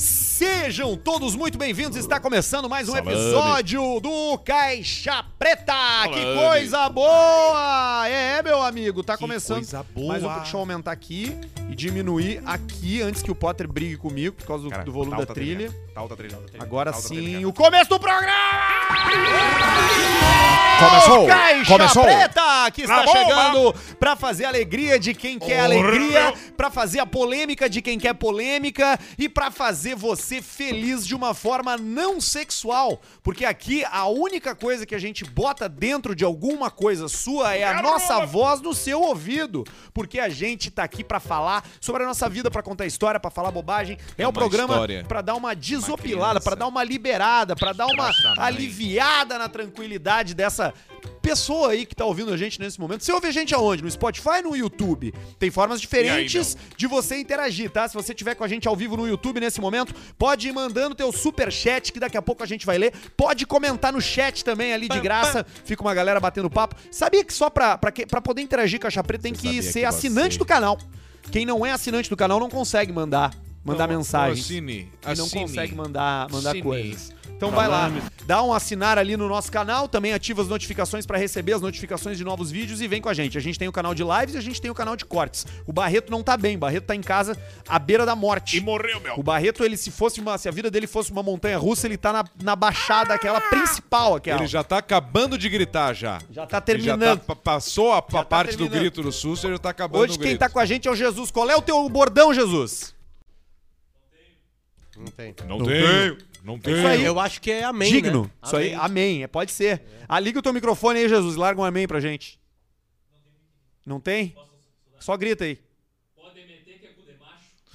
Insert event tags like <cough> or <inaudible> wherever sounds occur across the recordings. Sejam todos muito bem-vindos. Está começando mais um Salame. episódio do Caixa Preta. Que Salame. coisa boa! É, meu amigo, tá Que começando. coisa boa. Mas eu vou- deixa eu aumentar aqui e diminuir aqui antes que o Potter brigue comigo por causa do, Cara, do volume tá da alta a trilha. Tá alta a trilha. alta a trilha, Agora tá alta a sim, trilha. o começo do programa! Começou! Caixa Começou! Preta, que está Na bomba! chegando pra fazer a alegria de quem quer alegria, pra fazer a polêmica de quem quer polêmica e pra fazer você feliz de uma forma não sexual, porque aqui a única coisa que a gente bota dentro de alguma coisa sua é a Quero nossa uma- voz no seu ouvido, porque a gente tá aqui pra falar sobre a nossa vida, pra contar história, pra falar bobagem. É, o uma programa história. pra dar uma desopilada, criança. pra dar uma liberada, pra dar uma Nossa, mãe. aliviada aliviada na tranquilidade dessa pessoa aí que tá ouvindo a gente nesse momento. Você ouve a gente aonde? No Spotify, no YouTube? Tem formas diferentes de você interagir, tá? Se você tiver com a gente ao vivo no YouTube nesse momento, pode ir mandando teu super chat que daqui a pouco a gente vai ler. Pode comentar no chat também ali de graça. Fica uma galera batendo papo. Sabia que só pra, pra, que- pra poder interagir com a Chapreta tem que sabia ser que assinante você- do canal. Quem não é assinante do canal não consegue mandar mandar Não, mensagens Assine, e não assine. Tá consegue mandar, mandar Cine. coisas. Então vai lá, dá um assinar ali no nosso canal, também ativa as notificações pra receber as notificações de novos vídeos e vem com a gente. A gente tem o canal de lives e a gente tem o canal de cortes. O Barreto não tá bem, o Barreto tá em casa à beira da morte. E morreu, meu. O Barreto, ele se fosse uma, se a vida dele fosse uma montanha russa, ele tá na, na baixada aquela principal, aquela. Ele já tá acabando de gritar já. Já tá Ele já terminando. tá- pa- passou a, a tá parte do terminando. grito do susto, ele já tá acabando Hoje o quem grito. tá com a gente é o Jesus. Qual é o teu bordão, Jesus? Não tem. Não, tenho. Não tem. isso aí. Eu acho que é amém. Digno. Né? Isso aí, amém. É, pode ser. Ah, liga o teu microfone aí, Jesus. e Larga um amém pra gente. Não tem? Só grita aí.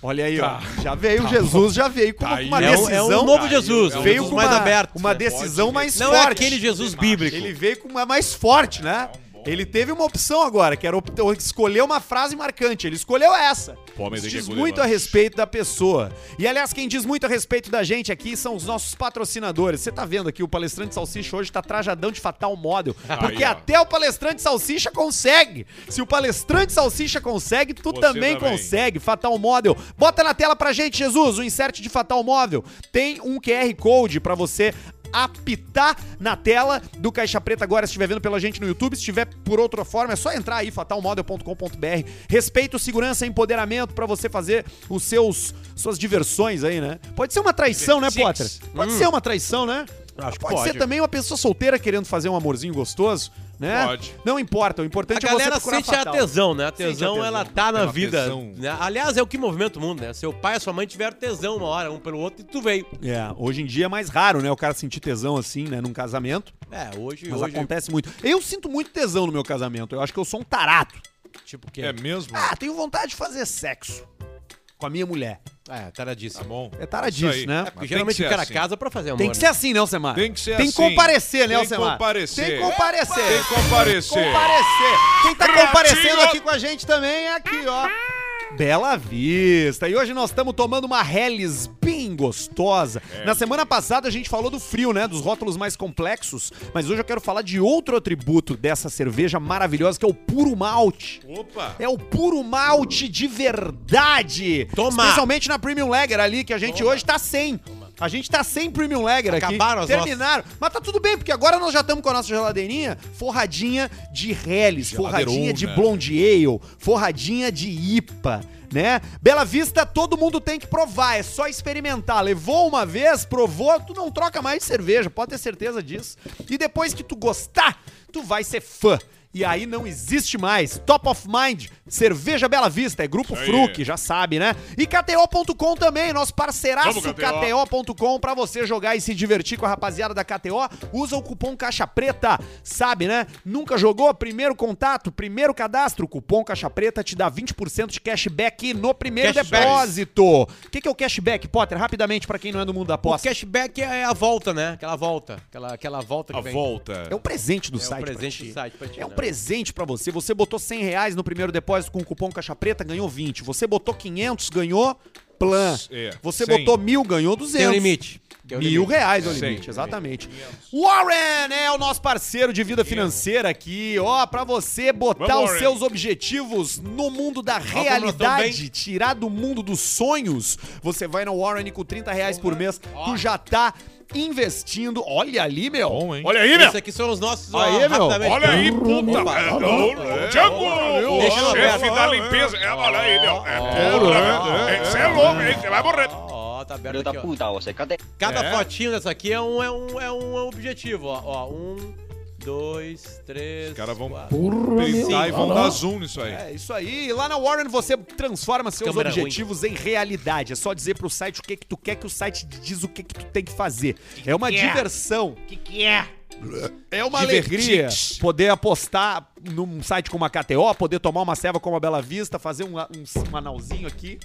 Olha aí, Tá. ó. Já veio, Jesus já veio com Tá uma, aí, uma é um- É um, decisão. é um novo Jesus, um veio Jesus com mais uma, aberto. uma decisão mais Não forte. é aquele Jesus bíblico. Ele veio com uma mais forte, né? Ah, um Ele teve uma opção agora, que era opt- escolher uma frase marcante. Ele escolheu essa. Pô, mas Isso tem que diz escolher muito a uma. respeito da pessoa. E aliás, quem diz muito a respeito da gente aqui são os nossos patrocinadores. Você tá vendo aqui, o palestrante salsicha hoje tá trajadão de fatal model. Porque ó. até o palestrante salsicha consegue. Se o palestrante salsicha consegue, tu Você também, também. consegue. Fatal model. Bota na tela pra gente, Jesus, o insert de fatal móvel. Tem um QR Code pra você apitar na tela do Caixa Preta agora, se estiver vendo pela gente no YouTube, se estiver por outra forma, é só entrar aí, fatalmodel.com.br. Respeito, segurança e empoderamento pra você fazer os seus suas diversões aí, né? Pode ser uma traição, né, Potter? Pode ser uma traição, né? Acho que pode, Hum. pode. ser também uma pessoa solteira querendo fazer um amorzinho gostoso, né? Pode. Não importa, o A importante é você galera procurar sente a fatal. tesão, né? A Sente a tesão, tesão. ela tá na Aquela vida. tesão. né? Aliás, é o que movimenta o mundo, né? Seu pai e sua mãe tiveram tesão uma hora, um pelo outro, e tu veio. É, hoje em dia é mais raro, né, o cara sentir tesão assim, né, num casamento, É, hoje, mas hoje acontece muito. Eu sinto muito tesão no meu casamento. Eu acho que eu sou um tarato. tipo o quê? É mesmo? Ah, tenho vontade de fazer sexo com a minha mulher. É, taradíssimo. Tá bom. É taradíssimo, Isso aí. né? É, Porque Mas tem geralmente que ser o cara assim. casa pra fazer amor. Tem que ser né? assim, né, Alcemar? Tem que ser Tem que assim. comparecer, né, Tem que Alcemar? comparecer. Tem que comparecer. Tem que comparecer. comparecer. Quem tá Ratinho! comparecendo aqui com a gente também é aqui, ó. Bela Vista. E hoje nós estamos tomando uma Helles bem gostosa. É. Na semana passada a gente falou do frio, né? Dos rótulos mais complexos. Mas hoje eu quero falar de outro atributo dessa cerveja maravilhosa, que é o puro malte. Opa. É o puro malte de verdade. Toma. Especialmente na Premium Lager ali, que a gente hoje tá sem. A gente tá sem Premium Lager aqui. Acabaram as Terminaram. Mas tá tudo bem, porque agora nós já estamos com a nossa geladeirinha forradinha de Helles, forradinha de Blonde Ale, forradinha de IPA, né? Bela Vista, todo mundo tem que provar, é só experimentar. Levou uma vez, provou, tu não troca mais de cerveja, pode ter certeza disso. E depois que tu gostar, tu vai ser fã. E aí não existe mais. Top of Mind, Cerveja Bela Vista, é Grupo Isso aí. Fruc, já sabe, né? E KTO.com também, nosso parceiraço Vamos, KTO. KTO. KTO.com pra você jogar e se divertir com a rapaziada da KTO. Usa o cupom Caixa Preta, sabe, né? Nunca jogou? Primeiro contato, primeiro cadastro. Cupom Caixa Preta te dá 20% de cashback no primeiro Cashback. depósito. O que, que é o cashback, Potter? Rapidamente, pra quem não é do mundo da O aposta. cashback é a volta, né? Aquela volta. Aquela, aquela volta que A vem. volta. É um presente do É um site. pra presente ti. do site pra ti, É um né? presente pra você. Você botou 100 reais no primeiro depósito com o cupom Caixa Preta, ganhou 20. Você botou 500, ganhou plan. É, Você cem. botou mil, ganhou Tem um 200. limite. Tem um Mil limite. reais é o É, limite, cem. exatamente. Warren é o nosso parceiro de vida financeira aqui, ó, pra você botar Vamos, os Warren. seus objetivos no mundo da nós tamo realidade, bem. tirar do mundo dos sonhos. Você vai no Warren e com 30 reais por mês, tu já tá investindo. Olha ali, meu. Bom, hein? é Olha aí, meu. Isso aqui são os nossos. Aí, meu, rapidamente. Olha aí, puta. Opa. é, ô, Django, o Deixa eu chefe ver. da limpeza. É, olha aí, meu. É, Ó, ó, porra. Você é louco, hein? Você vai morrer. Ó, tá aberto Filho aqui, da ó. puta, você cadê? Cada É. fotinho dessa aqui é um, é um, é um objetivo, ó. Ó, um, dois, três. Os caras vão quatro. gritar e vão Olha lá. dar zoom nisso aí. É isso aí. E Lá na Warren você transforma seus Câmera objetivos em realidade. É só dizer pro site o que que tu quer que o site diz o que que tu tem que fazer. É uma diversão. O que é? É uma alegria Divertite. poder apostar num site como a KTO, poder tomar uma ceva como a Bela Vista, fazer um, um manauzinho aqui,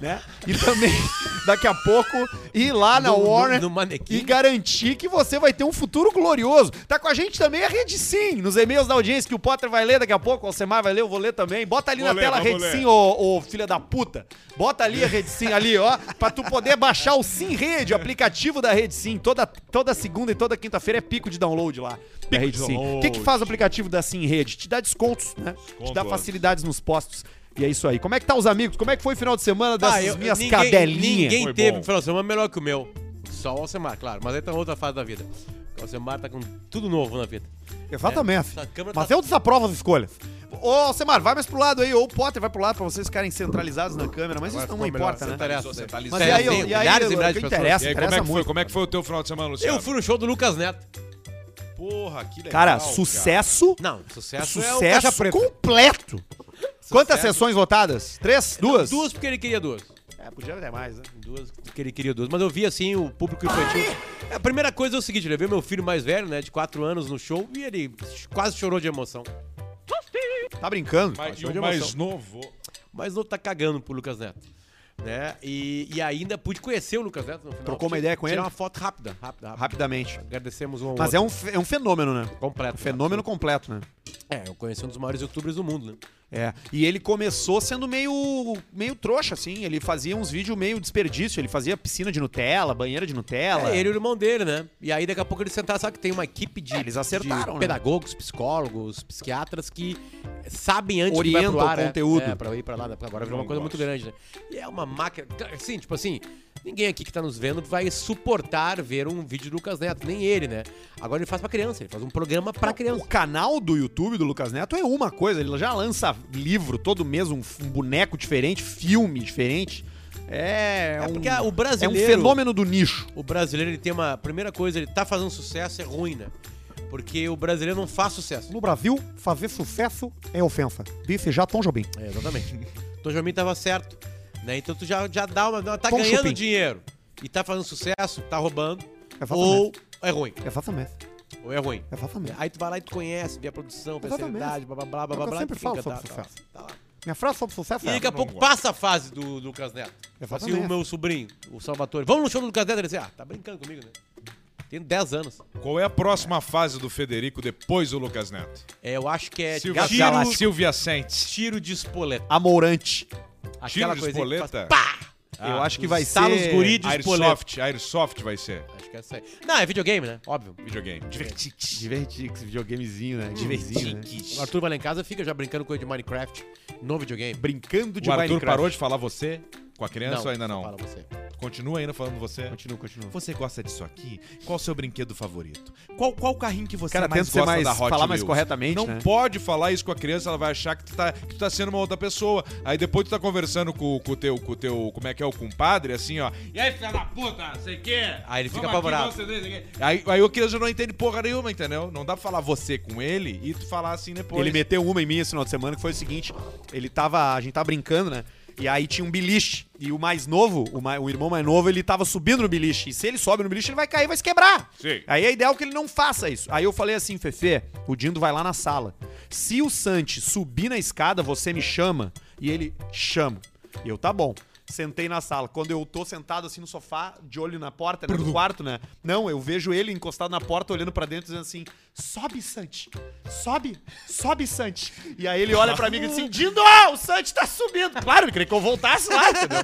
né? E também, <laughs> daqui a pouco, ir lá na No- no- Warren no e manequim. garantir que você vai ter um futuro glorioso. Tá com a gente também a Rede Sim, nos e-mails da audiência que o Potter vai ler daqui a pouco, o Alcemar vai ler, eu vou ler também. Bota ali Vou na ler, tela a Rede vamos Sim, ler. ô, ô filha da puta. Bota ali a Rede Sim, ali, ó, pra tu poder baixar o Sim Rede, o aplicativo da Rede Sim. Toda, toda segunda e toda quinta-feira é pico de download lá. da Rede de Sim. O download. que, que faz o aplicativo da Sim Rede? Te dá descontos, né? Te dá Descontos. facilidades nos postos. E é isso aí. Como é que tá os amigos? Como é que foi o final de semana dessas Ah, eu- minhas ninguém- cadelinhas? Ninguém Foi teve bom. um final de semana melhor que o meu. Só o Alcemar, claro. Mas aí tá em outra fase da vida. O Alcemar tá com tudo novo na vida. Exatamente. Essa câmera Mas tá- eu desaprovo as escolhas. Ô, Alcemar, vai mais pro lado aí, ou o Potter vai pro lado pra vocês ficarem centralizados na câmera, mas isso não ficou melhor, importa, né? Interessa. tá Mas e aí, eu- e Tem aí, é assim, milhares eu- e milhares o que de pessoas. interessa? E aí, como é que foi? muito. Como é que foi o teu final de semana, Luciano? Eu fui no show do Lucas Neto. Porra, que legal. Cara, sucesso, tá Não, sucesso, é o Caixa sucesso Preta. completo. Quantas sessões lotadas? Três? Duas? Duas porque ele queria duas. É, podia ter mais, né? Duas porque ele queria duas. Mas eu vi assim o público infantil. A primeira coisa é o seguinte: eu levei meu filho mais velho, né, de 4 anos no show e ele quase chorou de emoção. Tá brincando? Mas, e Show de o mais novo. Mas não tá cagando pro Lucas Neto. Né? E, e ainda pude conhecer o Lucas Neto no final. Trocou uma ideia com Tirar ele? uma foto rápida, rápida, rápida. Rapidamente. Agradecemos um ao Mas outro. é um, fe- é um fenômeno, né? completo. Um fenômeno completo, né? É, eu conheci um dos maiores youtubers do mundo, né? É, e ele começou sendo meio, meio trouxa, assim. Ele fazia uns vídeos meio desperdício. Ele fazia piscina de Nutella, banheira de Nutella. É, ele e o irmão dele, né? E aí daqui a pouco eles sentaram, sabe que tem uma equipe de, É, eles acertaram, de né? pedagogos, psicólogos, psiquiatras que sabem antes Orientam de ir pro ar, o né? conteúdo. Um É, pra ir pra lá, né? Porque agora virou uma Não coisa gosto. muito grande, né? E é uma máquina, assim, tipo assim, ninguém aqui que tá nos vendo vai suportar ver um vídeo do Lucas Neto, nem ele, né? Agora ele faz pra criança, ele faz um programa pra O criança. canal do YouTube do Lucas Neto é uma coisa, ele já lança livro todo mês, um, f- um boneco diferente, filme diferente. É, É um- porque o é um brasileiro... fenômeno do nicho. O brasileiro, ele tem uma... Primeira coisa, ele tá fazendo sucesso, é ruim, né? Porque o brasileiro não faz sucesso. No Brasil, fazer sucesso é ofensa. Disse já Tom Jobim. É, exatamente. Tom Jobim tava certo, né? Então tu já, já dá uma... Tá Tom ganhando um Chupim. dinheiro e tá fazendo sucesso, tá roubando. Exatamente. Ou é ruim. Exatamente. Ou é ruim. Exatamente. Aí tu vai lá e tu conhece, vê a produção, vê a Exatamente. seriedade, blá blá blá É o blá que blá. eu blá, sempre tu fica, falo sobre tá, sucesso. tá, tá lá. Minha frase sobre sucesso é E daqui a pouco gosto. passa a fase do do Lucas Neto. Assim, Exatamente. o meu sobrinho, o Salvatore. Vamos no show do Lucas Neto? Ele disse, ah, tá brincando comigo, né? Tenho 10 anos. Qual é a próxima fase do Federico depois do Lucas Neto? É, eu acho que é Silvia, Gato Galáctico. Tiro, Silvia Sente. tiro de espoleta. Amorante. Tiro Aquela de coisa espoleta? Ah, Eu acho que vai Instala ser... os guri de espoleta. Airsoft, Airsoft vai ser. Acho que é essa aí. Não, é videogame, né? Óbvio. Videogame. Divertite. Divertir, esse videogamezinho, né? Divertido, né? O Arthur vai lá em casa fica já brincando coisa de Minecraft no videogame. Brincando de O Arthur Minecraft. parou de falar você com a criança ou ainda só não? Fala você. Continua ainda falando você? Continua, continua. Você gosta disso aqui? Qual o seu brinquedo favorito? Qual qual o carrinho que você Cara, mais tenta ser gosta mais- da Hot falar mais Wheels? corretamente, Não né? pode falar isso com a criança, ela vai achar que tu tá, que tu tá sendo uma outra pessoa. Aí depois tu tá conversando com com o teu, com o teu, como é que é, o compadre, assim, ó. E aí, filha da puta, sei o quê? Aí ele Vamos fica aqui, apavorado. vamos fazer isso aqui. Aí, aí o criança não entende porra nenhuma, entendeu? Não dá pra falar você com ele e tu falar assim depois. Ele meteu uma em mim esse final de semana que foi o seguinte: ele tava. A gente tava brincando, né? E aí tinha um beliche. E o mais novo, o, mai- o irmão mais novo, ele tava subindo no beliche. E se ele sobe no beliche, ele vai cair e vai se quebrar. Sim. Aí a ideal é que ele não faça isso. Aí eu falei assim, Fefe, o Dindo vai lá na sala. Se o Santi subir na escada, você me chama. E ele chama. E eu, tá bom. Sentei na sala. Quando eu tô sentado assim no sofá, de olho na porta, né, no quarto, né? Não, eu vejo ele encostado na porta, olhando pra dentro, dizendo assim: sobe, Santi. Sobe, sobe, Santi. E aí <laughs> ele olha pra mim e diz assim: Dindo, ah, o Santi tá subindo. Claro, ele queria que eu voltasse lá, entendeu?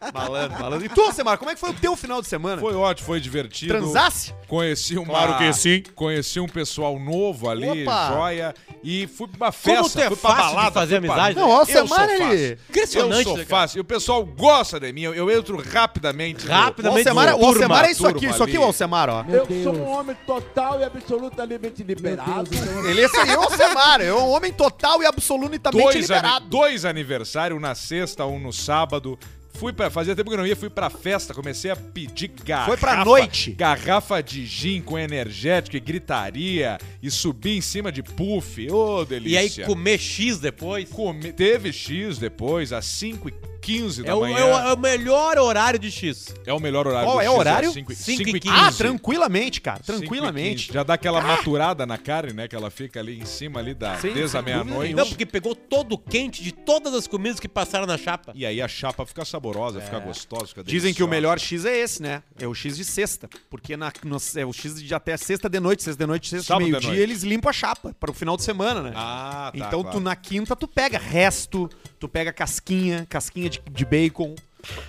Mas falando. E tu, Semar, como é que foi o teu final de semana? Foi ótimo, foi divertido. Transasse? Conheci uma... Claro que sim. Conheci um pessoal novo ali, Opa. joia. E fui pra uma festa, tu é fui pra fácil de balada. fazer fui pra- amizade, Não, ó, o Eu sou Semar, fácil. ele... Impressionante, Eu sou né, cara? fácil. E o pessoal gosta de mim. Eu, eu entro rapidamente. no- Rápido. O Também Alcemar, é- o turma, Alcemar é isso turma aqui, isso aqui é ali. o Alcemar, ó. Eu sou um homem total e absolutamente liberado. Ele é esse aí, é o Alcemar, é um homem total e absolutamente Dois, ani- liberado. dois aniversários, um na sexta, um no sábado. Fui pra, fazia tempo que eu não ia, fui pra festa, comecei a pedir garrafa. Foi pra noite. Garrafa de gin com energético e gritaria e subir em cima de puff. Ô, E aí delícia. comer X depois. Come- teve X depois, às 5 e 15 da É o, manhã. é o- é o melhor horário de X. É o melhor horário. Qual do é o X, horário? 5 e- 5 e 5 e 15. Ah, tranquilamente, cara, 5 e tranquilamente. Ah! 15. Já dá aquela maturada na carne, né? Que ela fica ali em cima ali da, Sim, desde sem a dúvida meia-noite. Não, porque pegou todo o quente de todas as comidas que passaram na chapa. E aí a chapa fica saborosa, fica gostosa, fica É. Dizem que o deliciosa. melhor X é esse, né? É o X de sexta. Porque na, no- é o X de até sexta de noite, sexta de noite, sexta de Sábado de meio-dia, noite. eles limpam a chapa para o final de semana, né? Ah, tá. então claro. tu na quinta tu pega resto, tu pega casquinha, casquinha de, de bacon,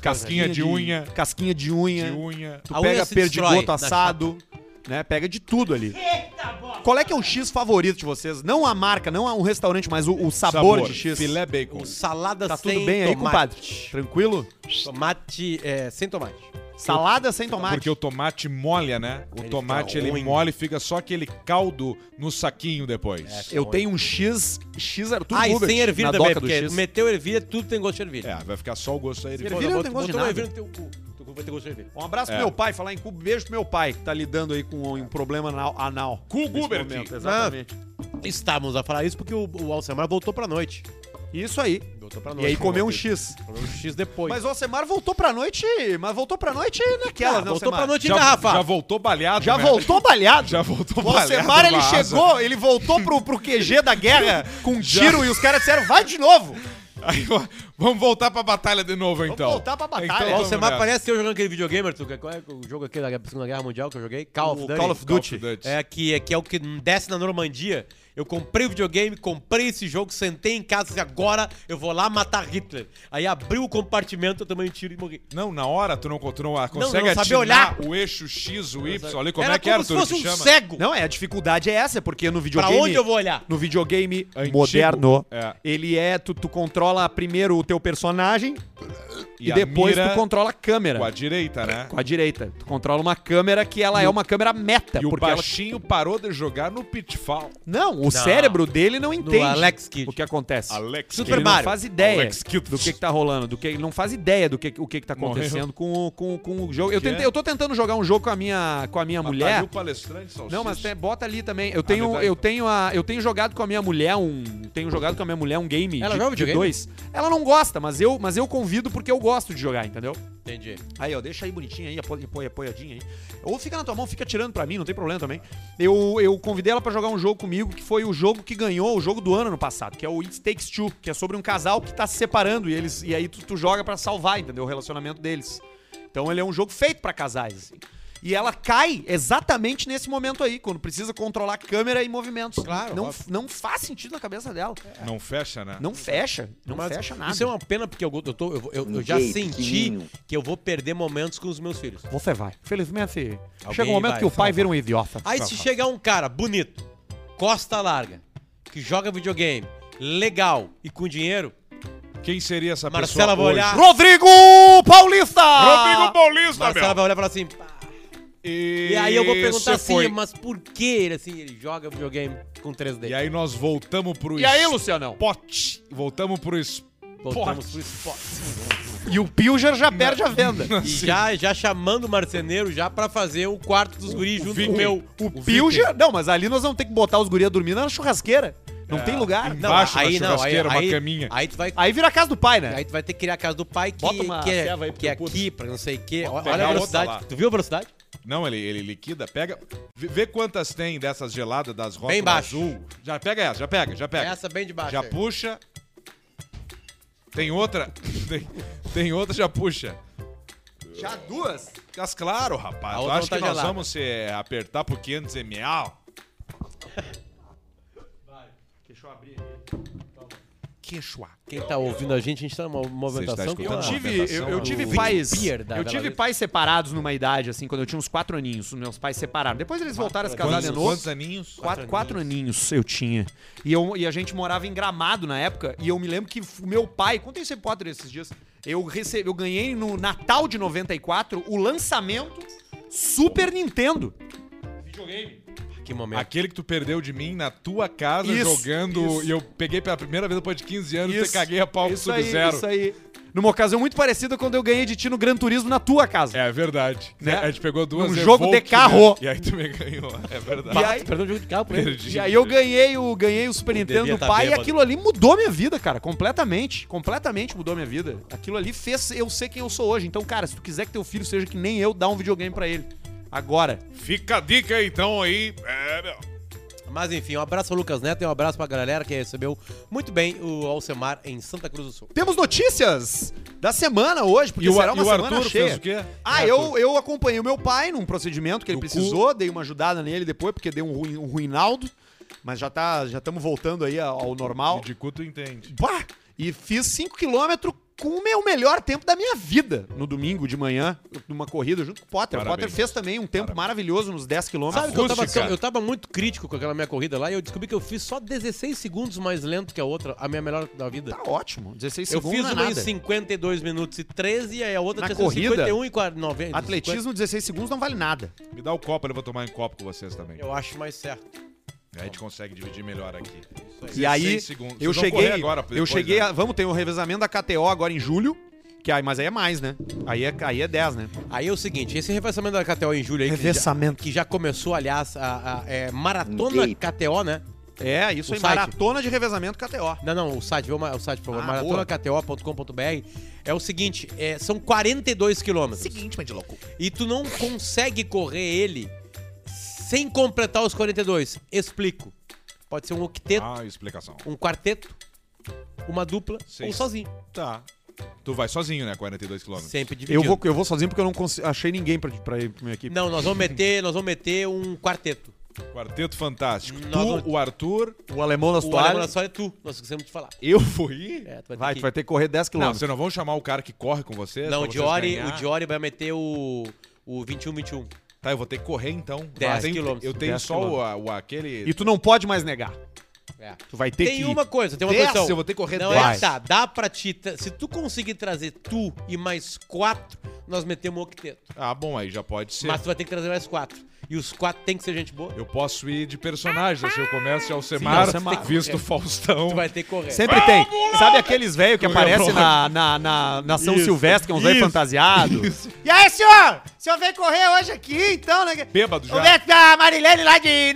Casquinha de unha. casquinha de unha, de unha. tu A unha pega se destrói perdigoto na assado, né? Pega de tudo ali. Qual é que é o X favorito de vocês? Não a marca, não a um restaurante, mas o, o sabor, de X. Filé bacon. Um salada Tá sem tudo bem aí, compadre? tomate. Tranquilo? Tomate é, sem tomate. Salada sem tomate. Porque o tomate molha, né? O Ele tomate fica ele ruim. molha e fica só aquele caldo no saquinho depois. Eu tenho um X, X Arthur Ah, e Gubert sem na ervilha também, doca do porque X. meteu ervilha, tudo tem gosto de ervilha. É, vai ficar só o gosto da ervilha. Ervilha não tem gosto de Botou uma nada. ervilha no teu cu. Teu cu vai ter gosto de ervilha. Um abraço É. pro meu pai, falar em cubo. Beijo pro meu pai, que tá lidando aí com um problema anal. anal Com o nesse Gubert. momento, Exatamente. Ah. Estávamos a falar isso porque o, o Alcemar voltou pra noite. Isso aí. Voltou pra E noite. aí comeu um X. Comeu um X depois. Mas o Alcemar voltou pra noite, mas voltou pra noite naquela, Ah, né, voltou Alcemar? pra noite Já, já engarrafado. voltou baleado. Já né? voltou balhado. Já voltou O baleado. Alcemar, ele uma asa. chegou, ele voltou pro, pro QG da guerra <laughs> com um tiro e os caras disseram, vai de novo. Aí, ó, vamos voltar pra batalha de novo, então. voltar pra batalha. Então, O O vamos Alcemar nessa. parece eu jogando aquele videogame, Arthur. Qual é o jogo aquele da Segunda Guerra Mundial que eu joguei? Call of O Duty. Call of Call Duty. of Duty. É que, é que é o que desce na Normandia. Eu comprei o videogame, comprei esse jogo, sentei em casa e disse, agora eu vou lá matar Hitler. Aí abriu o compartimento, eu tomei um tiro e morri. Não, na hora tu não, tu não ah, não consegue sabia atinar olhar. o eixo X, o Y, ali, como Era é que era, como se Arthur, fosse que um chama? cego. Não, é, a dificuldade é essa, porque no pra videogame... onde eu vou olhar? no videogame Antigo. moderno, É. ele é. Tu, tu controla primeiro o teu personagem e, a depois mira tu controla a câmera. com a direita, né? Com a direita. Tu controla uma câmera que ela é uma câmera meta. E o porque ela- baixinho parou de jogar no Pitfall. Não, o cérebro dele não entende Alex Kidd. o que acontece. Alex Super ele não Mario. faz ideia Alex Kidd. do que, que tá rolando, do que ele não faz ideia do que o que, que tá Morreu. acontecendo com, o- com, com o jogo. Eu, Que é? tentei, eu tô tentando jogar um jogo com a minha, com a minha mulher. o palestrante, salsicha. Não, mas tem- bota ali também. Eu tenho, verdade. eu tenho a, eu tenho jogado com a minha mulher um, tenho jogado com a minha mulher um game Ela de, joga de videogame? dois. Ela não gosta, mas eu, mas eu convido porque eu gosto de jogar, entendeu? Entendi. Aí, ó, deixa aí bonitinho aí, apo- apo- apoiadinha aí. Ou fica na tua mão, fica tirando pra mim, não tem problema também. Eu, eu convidei ela pra jogar um jogo comigo que foi o jogo que ganhou o jogo do ano no passado, que é o It Takes Two, que é sobre um casal que tá se separando e eles e aí tu, tu joga pra salvar, entendeu? O relacionamento deles. Então ele é um jogo feito pra casais, assim. E ela cai exatamente nesse momento aí, quando precisa controlar câmera e movimentos. Claro, Não, óbvio. não faz sentido na cabeça dela. Não fecha, né? Não fecha. Não Mas fecha nada. Isso é uma pena porque eu, eu, tô- eu- eu- eu já senti que eu vou perder momentos com os meus filhos. Você vai. Felizmente, Alguém chega um momento vai que o pai salvar. vira um idiota. Aí Vai, se vai. chegar um cara bonito, costa larga, que joga videogame, legal e com dinheiro, Quem seria essa pessoa Marcela vai hoje? olhar. Rodrigo Paulista! Ah, Rodrigo Paulista, Marcela meu. vai olhar e falar assim. "Pá". E, E aí eu vou perguntar se assim, foi. mas por que ele, assim, ele joga videogame com 3D? E aí nós voltamos pro E aí, Lucianão? spot. Voltamos pro Voltamos spot. pro esporte. E o Pilger já perde a venda. E já, já chamando o marceneiro já pra fazer o quarto dos guris junto com o meu. O Pilger... Não, mas ali nós vamos ter que botar os guria dormindo na churrasqueira. Não tem lugar. em- Não, Embaixo É, aí da não, aí, churrasqueira, uma aí, caminha. aí tu vai Aí vira a casa do pai, né? Aí tu vai ter que criar a casa do pai que, Bota uma que é, serva aí pro que é teu puto. aqui, pra não sei o quê. Olha pegar a outra velocidade. lá. Tu viu a velocidade? Não, ele, ele liquida, pega. Vê, vê quantas tem dessas geladas das rotas baixo. azul. Já pega essa, já pega, já pega. Essa bem de baixo. É. já aí. puxa. Tem outra. <laughs> Tem, tem outra, já puxa. Já duas? Mas claro, rapaz. A Eu outra acho não tá que nós gelada. vamos se apertar por 500 ml. Quechua. Quem tá ouvindo a gente, a gente tá numa movimentação. escutando? com Eu a- tive- eu- eu tive tive Vinte pais. é Pier da eu Bela tive Vista. pais separados numa idade, assim, quando eu tinha uns quatro aninhos. Meus pais separaram. Depois eles voltaram a se casar Quantos, de novo. quantos aninhos? Quatro, quatro aninhos eu tinha. E, eu, e a gente morava em Gramado na época. E eu me lembro que f- o meu pai. Contei esse Potter esses dias. Eu, recebi, eu ganhei no Natal de 94 o lançamento Super Nintendo. Que momento. Aquele que tu perdeu de mim na tua casa Isso, jogando. isso. E eu peguei pela primeira vez depois de 15 anos e Isso, caguei a pau pro isso aí, Sub-Zero. Isso aí. Numa ocasião muito parecida quando eu ganhei de ti no Gran Turismo na tua casa. É verdade. Né? A gente pegou duas Um Revolt, jogo de carro. né? E aí tu me ganhou. É verdade. E Bah, aí- tu perdeu um jogo de carro pra ele. Perdi. E aí eu ganhei o, ganhei o Super Nintendo devia do tá pai e bêbado. aquilo ali mudou minha vida, cara. Completamente. Completamente mudou minha vida. Aquilo ali fez eu ser quem eu sou hoje. Então, cara, se tu quiser que teu filho seja que nem eu, dá um videogame pra ele. Agora. Fica a dica então aí. É, meu. <laughs> Mas enfim, um abraço ao Lucas Neto e um abraço pra galera que recebeu muito bem o Alcemar em Santa Cruz do Sul. Temos notícias da semana hoje, porque E o, será Ar- uma e o semana Arthur cheia. fez o quê? Ah, eu, eu acompanhei o meu pai num procedimento que ele Do cu. precisou, dei uma ajudada nele depois, porque deu um, ruim, um ruinaldo, mas já tá, já estamos voltando aí ao ao normal. De cu tu entende. Bah! E fiz 5km com o meu melhor tempo da minha vida no domingo de manhã, numa corrida junto com o Potter. O Parabéns. Potter fez também um tempo maravilhoso nos 10km. Sabe que eu tava, Acústica. eu tava muito crítico com aquela minha corrida lá e eu descobri que eu fiz só 16 segundos mais lento que a outra, a minha melhor da vida. Tá ótimo, 16 eu segundos fiz não é uma em nada. 52 minutos e 13 e aí a Na outra tinha sido corrida, 51 e 40, 90. Atletismo, 16 segundos não vale nada. Me dá o copo, eu vou tomar um copo com vocês também. Eu acho mais certo. Aí a gente consegue dividir melhor aqui. E 16 aí, segundos. eu Vocês vão cheguei, correr agora, eu depois, cheguei, né? a- vamos ter o revezamento da KTO agora em julho, que aí, mas aí é mais, né? Aí é, aí é 10, né? Aí é o seguinte, esse reversamento da KTO em julho aí, que já, Revezamento. que já começou, aliás, a, a- é, Maratona KTO, né? É, isso O aí, site. maratona de revezamento KTO. Não, não, o site, vê o ma- o site, por favor. Ah, maratonakto.com.br. É o seguinte, é, são 42 quilômetros. Seguinte, mas de louco. E tu não consegue correr ele sem completar os 42. Explico. Pode ser um octeto, Ah, explicação. um quarteto, uma dupla Sim. ou sozinho. Tá. Tu vai sozinho, né? 42 km. Sempre dividido. Eu vou, eu vou sozinho porque eu não consi- achei ninguém pra, pra ir pra minha equipe. Não, nós vamos meter, nós vamos meter um quarteto. Quarteto fantástico. Nós tu, vamos- o Arthur. O alemão das O Alemão da toalhas. história é tu, nós esquecemos de falar. Eu fui. É, tu vai ter Vai, que- tu vai ter que correr 10 km. Não, vocês não vão chamar o cara que corre com vocês? Não, o pra vocês Diori, o ganhar? Diori vai meter o, o 21-21. Tá, eu vou ter que correr então. 10 Mas tem- quilômetros. Eu tenho 10 só o, a- o aquele. E tu não pode mais negar. É. Tu vai ter Tem que ir. uma coisa, tem uma Dez, condição. eu vou ter que correr Não, é dez. que tá, dá pra ti. tra- Se tu conseguir trazer tu e mais quatro, nós metemos um octeto. Ah, bom, aí já pode ser. Mas tu vai ter que trazer mais quatro. E os quatro tem que ser gente boa. Eu posso ir de personagem, assim, eu começo de é Alcemar, Alcemar. visto Faustão. Tu vai ter que correr. Sempre tem. Sabe aqueles velhos que aparecem na, na, na, na São Silvestre, que é uns velhos fantasiados? E aí, senhor? O senhor veio correr hoje aqui, então, né? Bêbado já. da Marilene lá de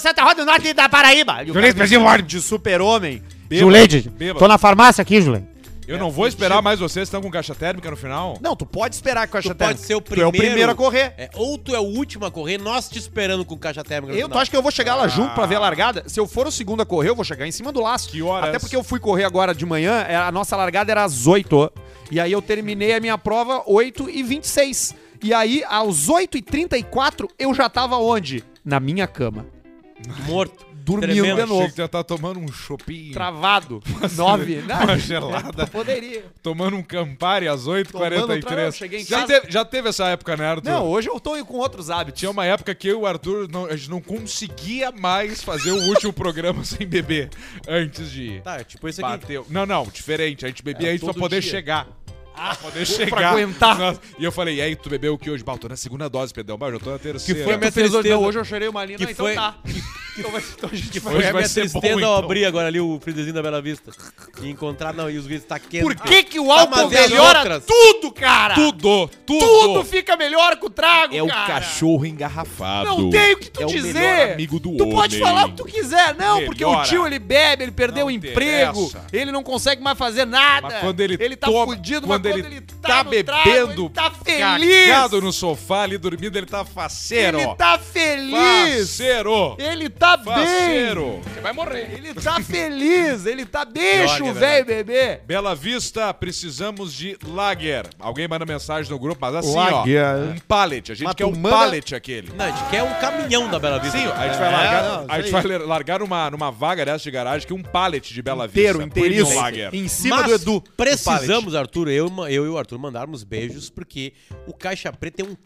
Santa, Rosa do Norte da Paraíba. De super-homem. Bêbado, Juleide, bêbado. tô na farmácia aqui, Juleide. Eu não vou esperar mais vocês, estão com caixa térmica no final? Não, tu pode esperar com a caixa Tu pode térmica. ser o Tu é primeiro. o primeiro a correr. É, ou tu é o último a correr, nós te esperando com caixa térmica. no Eu tu final. acha que eu vou chegar lá junto pra ver a Ah. largada? Se eu for o segundo a correr, eu vou chegar em cima do laço. Que horas? Até porque eu fui correr agora de manhã, é, a nossa largada era às 8. E aí eu terminei a minha prova 8 e 26. E aí, aos 8 e 34, eu já tava onde? Na minha cama. Morto. Dormindo tremendo. de novo. Achei que tu ia estar tomando um chopinho, Travado. 9. uma gelada, <laughs> Poderia. tomando um Campari às Tomando um trago, eu cheguei em 8h43. Já, casa- teve- já teve essa época, né, Arthur? Não, hoje eu tô com outros hábitos. Tinha uma época que eu e o Arthur, não, a gente não conseguia mais fazer o último programa <laughs> sem beber antes de ir. Tá, é tipo esse aqui. Bateu. Não, não, diferente. A gente bebia Era antes pra todo poder dia. chegar. Pra poder chegar. aguentar. Nossa, E eu falei, e aí, tu bebeu o que hoje? Bah, eu tô na segunda dose, Pedrão. Bah, eu já tô na terceira. foi minha- Tu fez hoje, tristeza. não, hoje eu cheirei uma linha. Que não, então foi- tá. Então vai- então a gente vai- Hoje Foi a vai minha ser bom, tristeza então. ao abrir agora ali o fridezinho da Bela Vista. E encontrar, não, e os vidros tá quente. Por que, que o Ah, álcool mas e as melhora outras? tudo, cara? Tudo, tudo. Tudo fica melhor com o trago, É o cara. cachorro engarrafado. Não tem o que tu é dizer. O melhor amigo do tu homem. pode falar o que tu quiser, não, Melhora. porque o tio ele bebe, ele perdeu Não o emprego, interessa. ele não consegue mais fazer nada. Mas quando ele tá toma- fudido, quando mas ele quando ele tá, tá no bebendo, ele tá feliz. Cagado no sofá ali dormindo, ele tá faceiro. Ele tá feliz. Faceiro. Ele tá bem. Faceiro. Você vai morrer. Ele tá feliz, ele tá. Pior Deixa que é o velho beber. Bela Vista, precisamos de lager. Alguém manda mensagem no grupo, mas assim, Lager. ó. Um pallet. A gente Mas quer um tu manda- pallet aquele. Não, a gente quer um caminhão da Bela Vista. Sim, ó, a gente É, vai largar, não, a gente isso vai aí. ler- largar uma, numa vaga dessa de garagem que é um pallet de Bela Inteiro, Vista. inteiriço. Premium Lager. Em cima Mas do Edu. do pallet. Precisamos, Arthur, eu, eu e o Arthur mandarmos beijos, porque o Caixa Preta é um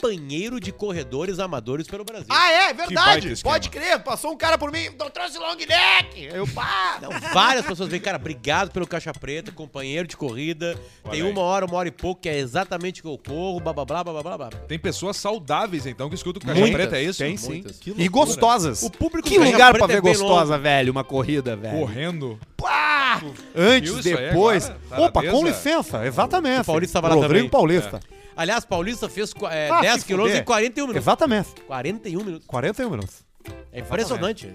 companheiro de corredores amadores pelo Brasil. Ah, é, é baita verdade. esquema. Pode crer. Passou um cara por mim, eu trouxe long neck. Eu, pá. Então, várias pessoas vêm, cara, obrigado pelo Caixa Preta, companheiro de corrida. Olha tem aí. uma hora, uma hora e pouco, que é exatamente o que eu corro, blá blá blá blá blá blá. Tem pessoas saudáveis, então, que escutam o Caixa Muitas, Preta, é isso? tem sim. Muitas. Que E loucura. gostosas. O público que do Caixa lugar pra Preta ver é bem gostosa, velho, uma corrida, velho. Correndo. Pá! Viu Antes, isso aí depois. agora? Taradeza? Opa, com licença, exatamente. O Paulista tava lá Rodrigo também. Paulista. Aliás, Paulista fez é, Ah, 10 se quilômetros fuder. em 41 minutos. Exatamente. 41 minutos. 41 minutos. É impressionante.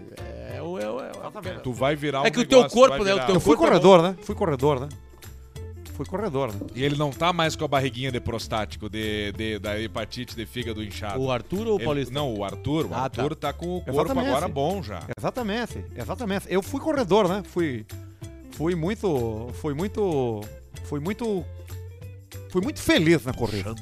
É, o- é, o- é, o- Tu vai virar um É que o teu negócio, tu corpo, vai né, o virar. um teu- Eu fui corpo é corredor, né? Fui corredor, né? Fui corredor, né? E ele não tá mais com a barriguinha de prostático, de, de- da hepatite, de fígado inchado. o Arthur ou o Ele- Paulista? Não, o Arthur. O Ah, Arthur tá. com o corpo Exatamente. agora bom <laughs> já. Exatamente, exatamente. Eu fui corredor, né? Fui fui muito fui muito fui muito fui muito feliz na corrida.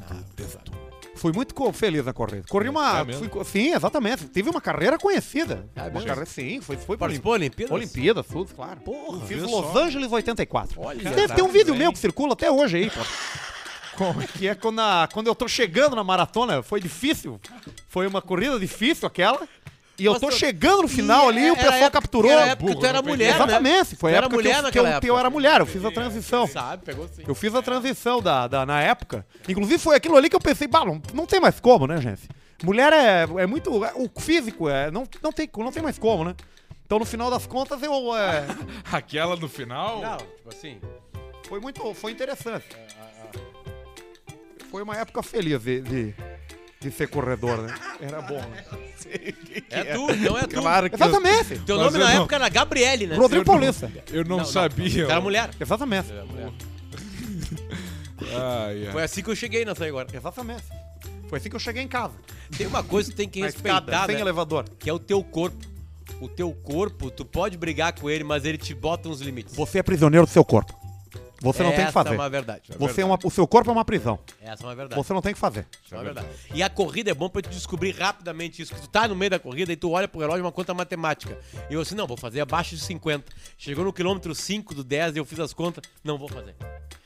Fui muito co- feliz na corrida. Corri uma É mesmo? fui co- sim, exatamente. Teve uma carreira conhecida. É uma mesmo? carreira sim, foi foi pra Participou da Olimpíadas? Olimpíadas, tudo, claro. Porra. Fiz viu Los só? Angeles 84. Olha, Deve ter um tá vídeo bem. meu que circula até hoje <laughs> aí, pô. Como é que é quando, a- quando eu tô chegando na maratona? Foi difícil. Foi uma corrida difícil aquela. E eu tô Nossa, é, chegando no final ali, o era a pessoal época- capturou. Era a época que burro, tu era não mulher, né? Exatamente. Foi Tu a era época que eu- mulher que eu, que naquela eu, época. era mulher, eu fiz a transição. Sabe, pegou sim. Eu fiz a transição da, da- na época. Inclusive foi aquilo ali que eu pensei, bah, não, não tem mais como, né, gente? Mulher é, é muito. é- o físico é. Não, não, tem, não tem mais como, né? Então no final das contas eu. é, Aquela no final. Não, tipo assim. foi muito. Foi interessante. Foi uma época feliz de, de, de ser corredor, né? Era bom. né? É tu, não é tu. Exatamente. Teu Mas nome eu na não- época era Gabriele, né? Rodrigo Paulista. Eu não, sabia. Era mulher. Exatamente. Era mulher. Ai, ai. Foi assim que eu cheguei nessa aí agora. Exatamente. Foi assim que eu cheguei em casa. Tem uma coisa que tu tem que Na escada, respeitar, sem né? elevador. Que é o teu corpo. O teu corpo, tu pode brigar com ele, mas ele te bota uns limites. Você é prisioneiro do seu corpo. Você não tem que Essa fazer. é uma verdade. Você é uma, o seu corpo é uma prisão. Essa é uma verdade. Você não tem que fazer. Isso é uma verdade. E a corrida é bom pra tu descobrir rapidamente isso. Que tu tá no meio da corrida e tu olha pro relógio uma conta matemática. E eu assim, não, vou fazer abaixo de 50. Chegou no quilômetro 5 do 10 e eu fiz as contas, não vou fazer.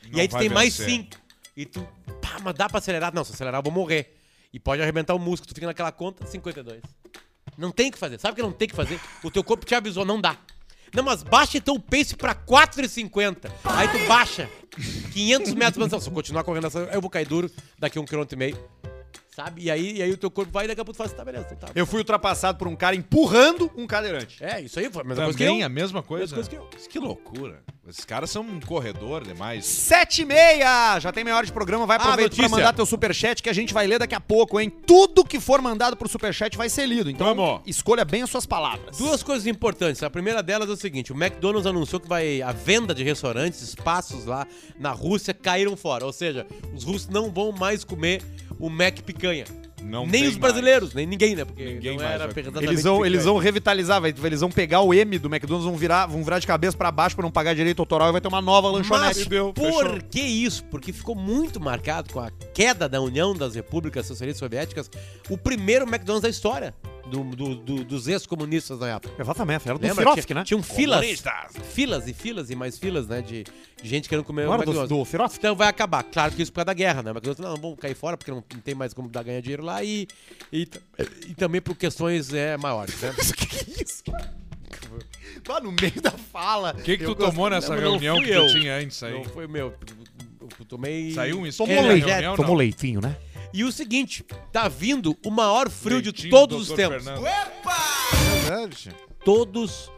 Não e aí tu vai tem mais vencer. 5. E tu, pá, mas dá pra acelerar? Não, se acelerar eu vou morrer. E pode arrebentar o músculo. Tu fica naquela conta, 52. Não tem o que fazer. Sabe o que não tem o que fazer? O teu corpo te avisou, não dá. Não, mas baixa então o pace pra 4,50. Aí tu baixa. 500 metros mas não, Se eu continuar correndo assim, eu vou cair duro daqui a um quilômetro e meio. Sabe? E aí, e aí o teu corpo vai e daqui a pouco tu fala assim, tá beleza, então tá. Eu fui ultrapassado por um cara empurrando um cadeirante. É, isso aí foi a mesma coisa que Também eu. a mesma coisa. Mesma coisa que eu. Mas Que loucura. Esses caras são um corredor demais. Sete e meia! Já tem meia hora de programa, vai Ah, aproveita pra notícia. mandar teu superchat que a gente vai ler daqui a pouco, hein? Tudo que for mandado pro superchat vai ser lido, então Vamos. escolha bem as suas palavras. Duas coisas importantes. A primeira delas é o seguinte: o McDonald's anunciou que vai a venda de restaurantes, espaços lá na Rússia caíram fora. Ou seja, os russos não vão mais comer o Mac picanha. Não nem tem os brasileiros, nem ninguém, né? Porque Ninguém não mais era vai comer. exatamente Eles vão, picanha. eles vão revitalizar, vai- eles vão pegar o M do McDonald's, vão virar, vão virar de cabeça pra baixo pra não pagar direito autoral e vai ter uma nova Mas lanchonete. deu, por fechou. que isso? Porque ficou muito marcado com a queda da União das Repúblicas Socialistas Soviéticas, o primeiro McDonald's da história do- do- do- dos ex-comunistas na época. Exatamente, era do Lembra? Sirovski, Tinha- né? Tinham filas, Comunistas. filas e filas e mais filas, né? De, de gente querendo comer Não o era do, McDonald's. do Sirovski? Então vai acabar. Claro que isso por causa da guerra, né? O McDonald's, não, vamos cair fora porque não, não tem mais como dar ganhar dinheiro lá e, e, t- e também por questões é, maiores, né? Isso, que <laughs> que é isso? Tá no meio da fala. O que, que tu Eu tomou nessa Não, não reunião fui que eu. tu tinha antes aí? Não foi meu. Eu eu tomei. Saiu um gosto- esquema Tomou, na leite- reunião, tomou não? leitinho, né? E o seguinte, tá vindo o maior frio de Leitinho do todos os Dr. tempos. Fernando. Todos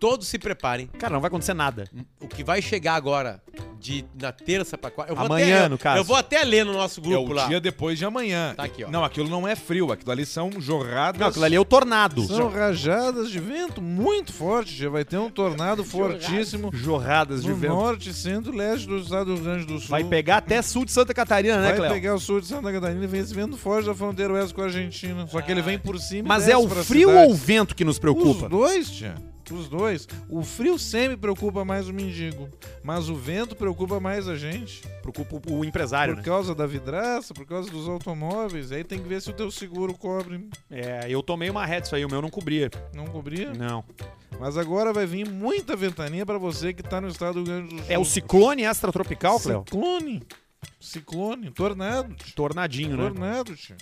Todos se preparem. Cara, não vai acontecer nada. O que vai chegar agora, de, na terça pra quarta. eu vou Amanhã, até- no caso. Eu vou até ler no nosso É grupo o lá. dia depois de amanhã. Tá aqui, ó. Não, aquilo não é frio, aquilo ali são jorradas. Não, aquilo ali é o tornado. São rajadas de vento muito forte. Já vai ter um tornado fortíssimo Jorradas de no vento. norte, centro, leste do estado do Rio Grande do Sul. Vai pegar até sul de Santa Catarina, né, Vai Cléo? pegar o sul de Santa Catarina e vem esse vento forte da fronteira oeste com a Argentina. Só que ele vem por cima e Ah. Mas desce é o pra frio cidade. ou o vento que nos preocupa? Os dois, tia. Os dois. O frio sempre preocupa mais o mendigo. Mas o vento preocupa mais a gente. Preocupa o- o empresário, né? Por causa da vidraça, por causa dos automóveis. Aí tem que ver se o teu seguro cobre. né? É, eu tomei uma reta isso aí, o meu não cobria. Não cobria. Não. Mas agora vai vir muita ventania pra você que tá no estado do Rio Grande do Sul. É o ciclone extratropical, Cléo? Ciclone. Ciclone. Tornado, tia. Tornadinho, né? Tornado, tia.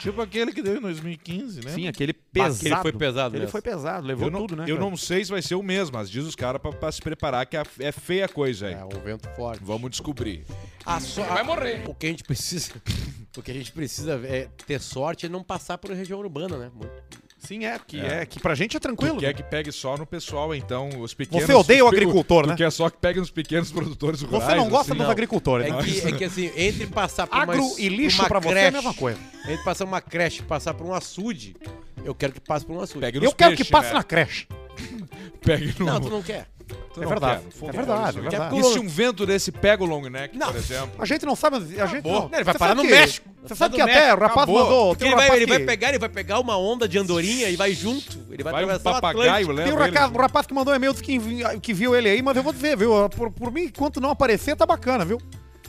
Tipo aquele que deu em 2015, né? Sim, aquele Bah, pesado. aquele foi pesado Ele mesmo. foi pesado, levou eu não, tudo, né? eu cara? não sei se vai ser o mesmo, mas diz os caras pra, pra se preparar que é, é feia a coisa aí. É um vento forte. Vamos descobrir. A so- a- O que a gente precisa, <laughs> o que a gente precisa é ter sorte e não passar por região urbana, né? Muito- Sim, é que, é. que pra gente é tranquilo. Tu quer né? que pegue só no pessoal, então, os pequenos... Você odeia os o pe- agricultor, tu né? é quer só que pegue nos pequenos produtores rurais, Você não gosta assim, dos não. agricultores, É né? que, é que assim, entre passar por uma- Agro e lixo uma pra você é a creche, mesma coisa. Entre passar uma creche, passar por um açude, eu quero que passe por um açude. Pegue nos Eu quero peixe, que passe né? na creche. Pegue no... Não, tu não quer. tu É não verdade. quer, É foda-se. verdade, é verdade. E se um vento desse pega o long neck, por exemplo? A gente não sabe. A gente Acabou. não. Não, ele vai Você parar sabe no que- México. Você Vai sabe do que até o México. rapaz Acabou. mandou. Porque Tem um ele vai, rapaz ele vai que- pegar, ele vai pegar uma onda de andorinha e vai junto. Ele vai, Vai um atravessar o papagaio, Atlântico. leva Tem um ele. rapaz, um rapaz que mandou um e-mail disse que, envi- que viu ele aí, mas eu vou dizer, viu? Por, por mim, enquanto não aparecer, tá bacana, viu?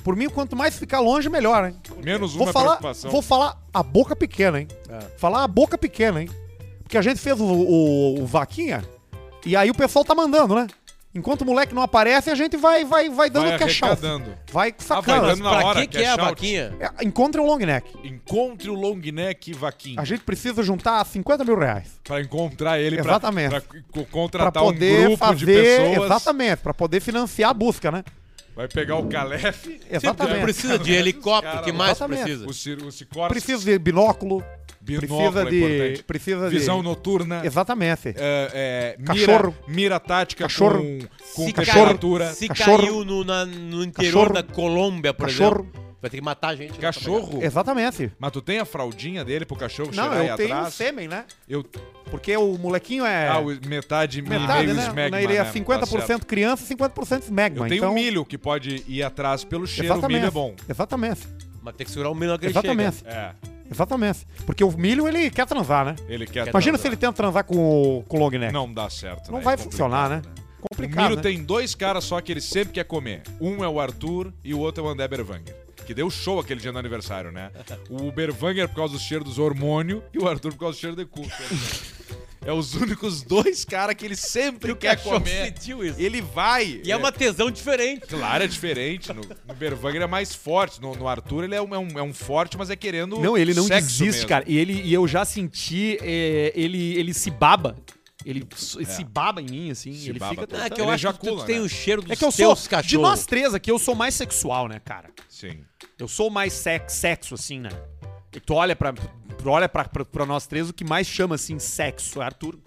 Por mim, quanto mais ficar longe, melhor, hein? Menos uma Vou falar, preocupação. vou falar a boca pequena, hein? É. Falar a boca pequena, hein? Porque a gente fez o, o- o Vaquinha e aí o pessoal tá mandando, né? Enquanto o moleque não aparece, a gente vai, vai, vai dando um Vai o cash out. arrecadando. Vai vai sacando. dando- na pra hora, que, que cash é a out. vaquinha? É, Encontre um long neck. Encontre o long neck e vaquinha. A gente precisa juntar 50 mil reais. Pra encontrar ele, pra- Exatamente. pra, co- Pra contratar um poder grupo fazer. de pessoas. Exatamente, pra poder financiar a busca, né? Vai pegar o Calef, É. <laughs> Não Exatamente. precisa <laughs> de helicóptero, o Cara, que mais tu exatamente. precisa? o, cir, o Cicorski, Precisa de binóculo, binóculo precisa é de. importante. precisa de. Visão noturna. Exatamente. é, é, Cachorro. Mira, mira tática Cachorro. com, com Se temperatura. caiu, se Cachorro. caiu no, na- no interior Cachorro. da Colômbia, por Cachorro. exemplo, vai ter que matar a gente. né, Cachorro? Exatamente. Mas tu tem a fraldinha dele pro cachorro Não, cheirar aí eu tenho atrás? sêmen, né? Eu Porque o molequinho é. ah, o- metade, e Metade, meio né? smegma, Ele é né? Tá 50% certo. criança e 50% Eu smegma. tenho um então... milho que pode ir atrás pelo cheiro. O Exatamente. milho é bom. Exatamente. Mas tem que segurar o menor que ele Exatamente. É, Exatamente. Porque o milho, ele quer transar, né? ele quer. Imagina transar. se ele tenta transar com o, com o long neck. Não dá certo. Não né? vai É complicado, funcionar, né? O Complicado. Miro né? tem dois caras só que ele sempre quer comer. Um é o Arthur e o outro é o André Berwanger. Que deu show aquele dia no aniversário, né? O Berwanger por causa do cheiro dos hormônios e o Arthur por causa do cheiro de cu. É os únicos dois caras que ele sempre chega. quer O cachorro comer. sentiu isso. Ele vai. E é uma tesão diferente. Claro, é diferente. No, no Berwanger é mais forte. No, no Arthur ele é um, é um- é um forte, mas é querendo. Não, ele não sexo desiste, mesmo. cara. E, ele, e eu já senti. é, ele, ele se baba. Ele so- se baba em mim, assim. É. Se ele baba fica. todo. Ah, é tentando- que eu Ele acho que tu- ejacula, tu tem né? o cheiro dos É que eu sou. teus De cachorros. nós três aqui, eu sou mais sexual, né, cara? Sim. Eu sou mais sex, sexo, assim, né? E tu olha pra, tu olha pra, pra, pra nós três, o que mais chama, assim, sexo é Arthur.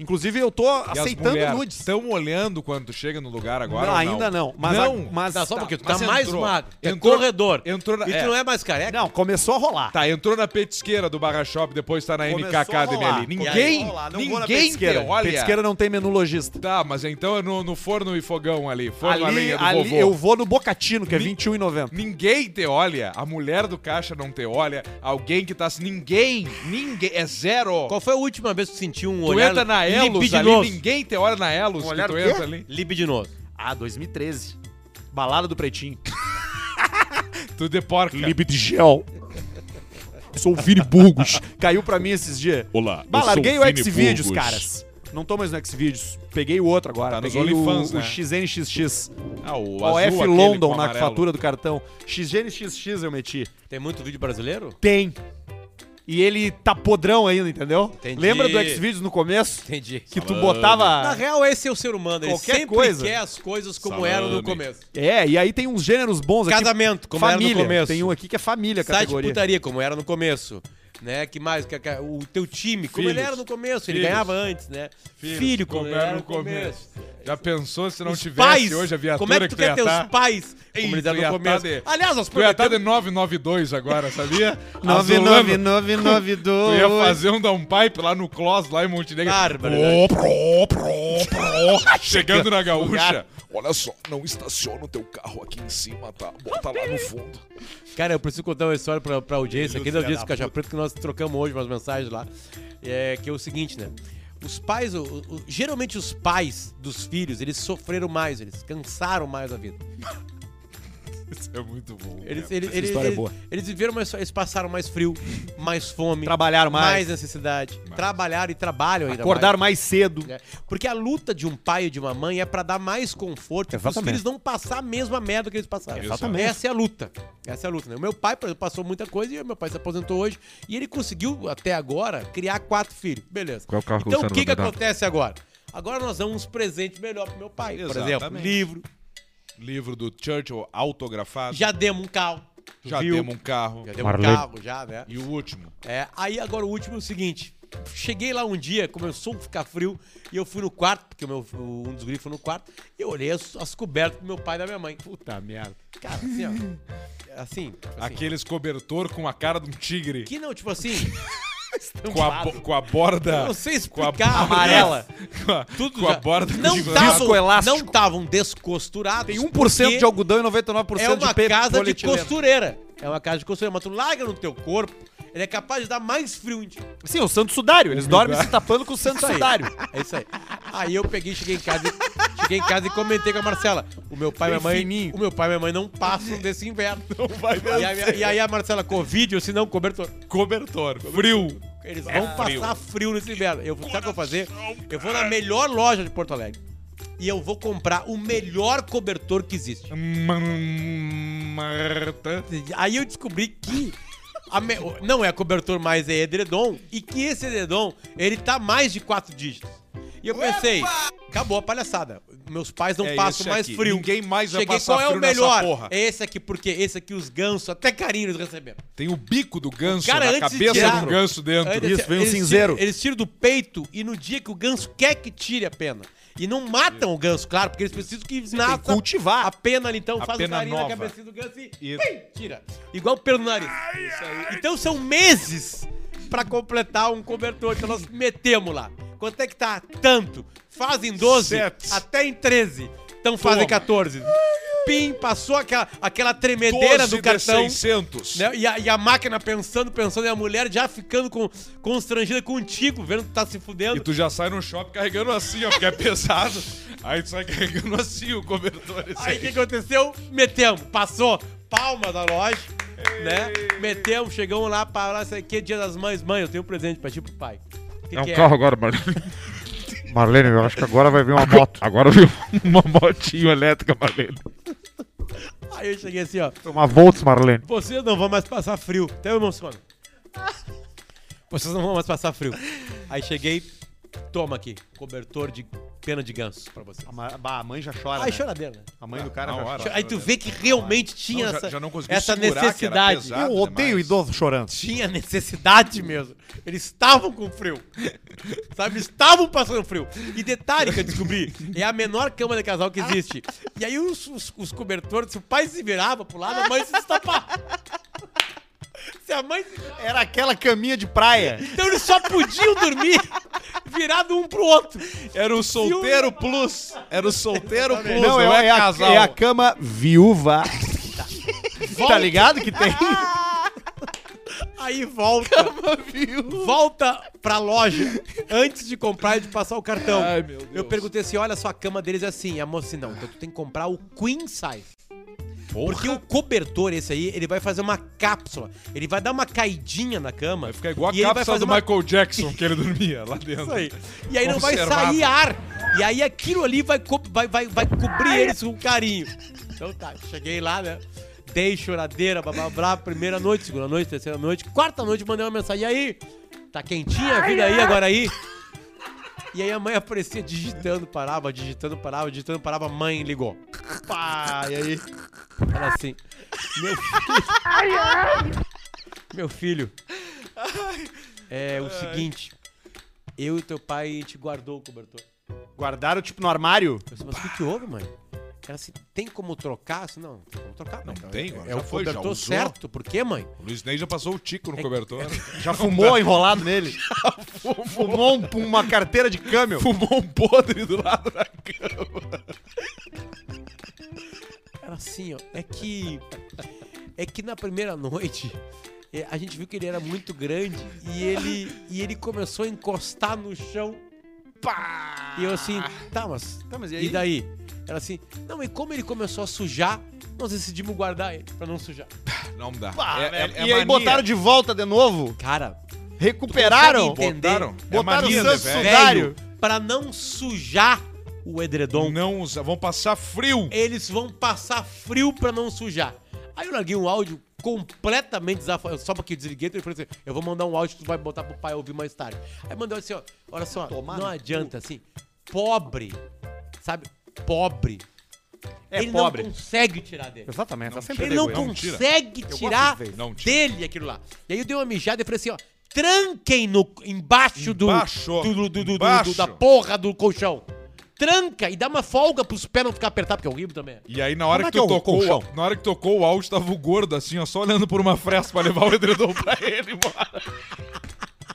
Inclusive, eu tô E as aceitando mulheres nudes. Estão olhando quando tu chega no lugar agora? Não, ou ainda não. Mas, a- não. mas Tá, só porque tu tá mas mais entrou. magro. tu É Entrou- corredor. entrou na- e tu é. não é mais careca. Não, começou a rolar. Tá, entrou na petisqueira do Barra Shop, depois tá na Começou a MKK do rolar. MLI. Começou Ninguém, a rolar. Não vou na ninguém te petisqueira. olha. Petisqueira não tem menu lojista. Tá, mas então é no, no forno e fogão ali. Forno a Ali, lenha do ali vovô. eu vou no Bocatino, que é Ni- R$21,90. Ninguém te olha. A mulher do caixa não te olha. Alguém que tá... assim, Ninguém. Ninguém. É zero. Qual foi a última vez que tu sentiu um tu olhar entra na Elos ali, libidinoso? ninguém te olha na Elos Um que olhar tu o quê? entra ali. Libidinoso. Ah, 2013. Balada do Pretinho. <laughs> Tu de porca. Libe de gel. Sou o Vini Burgos. Caiu pra mim esses dias. Olá, Bah, eu sou larguei o o Vini Xvideos, Burgos. caras. Não tô mais no Xvideos. Peguei o outro agora. Tá nos Peguei o, OnlyFans, o né? XNXX. Ah, o O azul, é F aquele London com na amarelo. fatura do cartão. XNXX eu meti. Tem muito vídeo brasileiro? Tem. E ele tá podrão ainda, entendeu? Entendi. Lembra do Xvideos no começo? Entendi. Que tu botava... Na real, esse é o ser humano. Ele Qualquer sempre coisa. quer as coisas como eram no Ah. Salame. tipo começo. É, e aí tem uns gêneros bons aqui. Casamento, como era no família. começo. Tem um aqui que é família, Site de categoria. putaria, como era no começo. né? Que mais? Que, que- o teu time, como ele Filhos. era no começo, ele Filhos. ganhava antes, né? Filhos, Filho, como, como ele era era no no começo. Já pensou se não Os tivesse pais, hoje a viatura como é que tu quer ter ia os tá? pais? Ei, como eles eram tu ia no tá começo. de- Aliás, nós Tu ia estar de prometemos... 992 <laughs> agora, sabia? Azulando. Tu 99992. ia fazer um downpipe lá no Clos, lá em Montenegro. Bárbaro, né? Pro, pro, pro, pro. Chegando na gaúcha. Olha só, não estaciona o teu carro aqui em cima, tá? Bota lá no fundo. Cara, eu preciso contar uma história pra, pra audiência, aqui da audiência do Caixa Preto, que nós trocamos hoje umas mensagens lá. É, que é o seguinte, né? Os pais, o- o- o- geralmente os pais dos filhos, eles sofreram mais, eles cansaram mais a vida. <laughs> Isso é muito bom. Eles, cara. eles, eles, história é eles- boa. eles viveram mais, eles passaram mais frio, mais fome, Trabalharam mais. necessidade. Trabalharam e trabalham ainda Acordaram mais cedo. mais. É, Porque a luta de um pai e de uma mãe é pra dar mais conforto para os Exatamente. filhos não passar a mesma merda que eles passaram. Exatamente. Essa é a luta. Essa é a luta, né? O meu pai, por exemplo, passou muita coisa e meu pai se aposentou hoje e ele conseguiu até agora criar quatro filhos. Beleza. Qual é o carro que o então o Luciano que que vai me dar? acontece agora? Agora nós damos uns presentes melhor pro meu pai, por exemplo, Exatamente. livro, Livro do Churchill autografado. já demos um carro. tu Já viu? demos um carro. Já demos um carro, já, né? E o último. É, aí agora o último é o seguinte. Cheguei lá um dia, começou a ficar frio, e eu fui no quarto, porque o meu, o- um dos grifos foi no quarto, e eu olhei as, as cobertas do meu pai e da minha mãe. Puta merda. Cara, assim, ó. Assim, assim. Aqueles cobertor com a cara de um tigre. Que não, tipo assim, <laughs> Com a, bo- com a borda. eu não sei com a explicar, borda- amarela. Com a, Tudo com a já- borda não de- tavam, viscoelástico. não tavam descosturados. um Tem 1% de porque algodão e 99% É uma de pe- casa de polietileno. costureira. É uma casa de costureira, mas tu larga no teu corpo, ele é capaz de dar mais frio em ti. Sim, o Santo Sudário. Eles dormem se tapando com o Santo Isso aí. Sudário. É isso aí. Aí eu peguei, cheguei em casa, e- cheguei em casa e comentei com a Marcela. O meu pai e minha mãe, o meu pai e minha mãe não passam desse inverno. Não vai mesmo. E, aí- e aí a Marcela, Covid ou se não cobertor. Cobertor. Frio. Eles vão frio. passar É frio nesse inverno. Eu, sabe o que eu vou fazer? Eu vou na melhor loja de Porto Alegre. E eu vou comprar o melhor cobertor que existe. Hum, Marta. Aí eu descobri que a me- não é cobertor mais, é edredom. E que esse edredom, ele tá mais de quatro dígitos. E eu pensei, acabou a palhaçada. Meus pais não É passam esse mais aqui. frio. Ninguém mais vai Cheguei, passar qual é o frio nessa melhor? porra. É esse aqui, porque esse aqui os gansos, até carinho eles receberam. Tem o bico do ganso, Cara, na antes de cabeça tirar- do ganso dentro. Aí eles- Isso, vem um eles tiram- cinzeiro. eles tiram do peito e no dia que o ganso quer que tire a pena. E não matam o ganso, claro, porque eles precisam que nasça cultivar. a pena ali, então A faz pena o carinho nova. na cabecinha do ganso e Isso. pim, tira. Igual pelo nariz. Então são meses pra completar um cobertor. Então nós metemos lá. Quanto é que tá? Tanto. Fazem 12, Sete. até em 13. Então fazem Toma. 14. Pim, passou aquela, aquela tremedeira 12 do de cartão. 600. Né? E, a, e a máquina pensando, pensando, e a mulher já ficando com, constrangida contigo, vendo que tu tá se E fudendo. tu já sai no shopping carregando assim, ó, porque é pesado. Aí tu sai carregando assim o cobertor. esse aí. Aí o que aconteceu? Metemos, passou, palma da loja, né? Metemos, chegamos lá, para lá, sei que dia das mães, mãe, eu tenho um presente pra ti pro pai. O que que é? agora, Marlene. <laughs> Marlene, eu acho que agora vai vir uma moto. Agora viu uma motinho elétrica, Marlene. Aí eu cheguei assim, ó. Uma Volts, Marlene. Vocês não vão mais passar frio. Até o <laughs> irmão some. Vocês não vão mais passar frio. Aí cheguei, toma aqui, cobertor de pena de ganso pra vocês. A, ma- bah, a mãe já chora. Aí né? choradeira, né? A mãe do cara Na já hora. chora. Aí tu vê que realmente tinha Ah, Não, já- essa, já não conseguiu essa segurar, que era necessidade. pesado. Eu odeio demais. idoso chorando. Tinha necessidade mesmo. Eles estavam com frio. Sabe? Eles estavam passando frio. E detalhe que eu descobri: é a menor cama de casal que existe. E aí os, os, os cobertores, se o pai se virava pro lado, a mãe se destapava. Se a mãe se virava. Era aquela caminha de praia. Então eles só podiam dormir virado um pro outro. um Era o solteiro plus. Era o solteiro plus, Não, é, é, a, é a cama viúva. tá ligado que tem? Aí volta. Volta pra loja antes de comprar e de passar o cartão. Ai, meu Deus. Eu perguntei assim: olha só, a cama deles é assim. E a moça assim, não, então tu tem que comprar o queen size. Porque o cobertor, esse aí, ele vai fazer uma cápsula. Ele vai dar uma caidinha na cama. Vai ficar igual e ele a cápsula do uma- Michael Jackson que ele dormia lá dentro. Isso aí. E aí não vai Conservado. sair ar. E aí aquilo ali vai, co- vai, vai, vai cobrir eles com carinho. Então tá, cheguei lá, né? Dei choradeira, blá, blá, blá, primeira noite, segunda noite, terceira noite, quarta noite, mandei uma mensagem. E aí? Tá quentinha a vida aí, agora aí? E aí a mãe aparecia digitando, parava, digitando, parava, digitando, parava, mãe ligou. Pá, e aí? Era assim. Meu filho. Meu filho. É o seguinte. Eu e teu pai te guardou o cobertor. Guardaram, tipo, no armário? Eu disse, mas o que, que houve, mãe? Ela assim, tem como trocar? Eu disse, não, não tem como trocar. Não mãe. tem, É, mano. o Já foi, já cobertor usou. certo. Por quê, mãe? O Luiz Ney já passou o tico É no cobertor. Já <laughs> fumou enrolado nele? <laughs> fumou. um- uma carteira de câmbio? Fumou um podre do lado da cama. Era assim, ó. É que. É que na primeira noite. é, A gente viu que ele era muito grande e ele, e ele começou a encostar no chão. E eu assim, tá, mas. Tá, mas E daí? Ela assim, não, e como ele começou a sujar, nós decidimos guardar ele pra não sujar. Não dá. Pá, É- é- velho. né? é e aí mania. botaram de volta de novo? Cara, Recuperaram? consegue entender? Botaram. É Botaram mania, o né, Santos velho? Sudário? velho, pra não sujar o edredom, Não usa, vão passar frio. eles vão passar frio pra não sujar. Aí eu larguei um áudio completamente desafado, só porque eu desliguei, então eu falei assim, eu vou mandar um áudio que tu vai botar pro pai ouvir mais tarde. Aí mandou assim, ó, olha só, Tomar não no adianta, assim, pobre, sabe, pobre, É ele pobre. não consegue tirar dele. Exatamente, tá sempre Ele não vergonha. tira. consegue tirar gosto de ver. Não tira. dele aquilo lá. E aí eu dei uma mijada e falei assim, ó. Tranquem no, embaixo, do, Embaixo, do, do- do- do- embaixo. do- da porra do colchão. Tranca e dá uma folga pros pés não ficar apertados, porque é horrível também. E aí, na hora Como que, é tu que é o tocou, o- colchão? na hora que tocou o áudio, tava o gordo assim, ó, só olhando por uma fresta pra levar o <laughs> edredom pra ele embora. <laughs>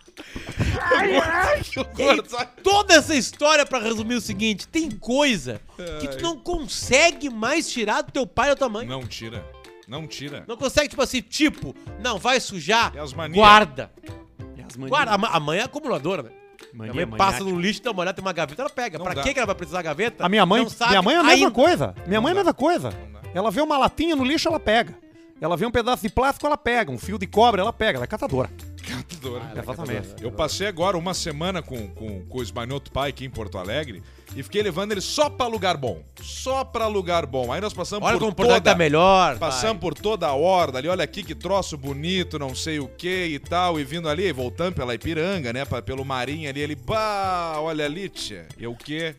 E aí, toda essa história pra resumir o seguinte: tem coisa que tu não consegue mais tirar do teu pai ou da tua mãe. Não, Não tira. Não tira. consegue, tipo assim, tipo, não, vai sujar, E É as manias? guarda. E assim. as manias? Guarda, a, ma- a mãe é acumuladora, né? Mania, minha mãe maniaca. passa no lixo, dá uma olhada, tem uma gaveta, ela pega. Não pra dá. que que ela vai precisar da gaveta? A minha mãe, Não sabe minha mãe é a mesma ainda. coisa. Minha mãe é a dá. mesma coisa. dá. Ela vê uma latinha no lixo, ela pega. Ela vê um pedaço de plástico, ela pega. Um fio de cobra, ela pega. Ela é catadora. Ah, Catadora. Exatamente. Eu passei agora uma semana com, com, com o Esmanhoto Pai aqui em Porto Alegre e fiquei levando ele só pra lugar bom. Só pra lugar bom. Aí nós passamos Olha por como o Porto Alegre tá melhor. Passamos por toda a horda ali, olha aqui que troço bonito, não sei o que e tal, e vindo ali, voltando pela Ipiranga, né, pra- pelo Marinha ali, ele, bah, olha ali, tia, e o quê?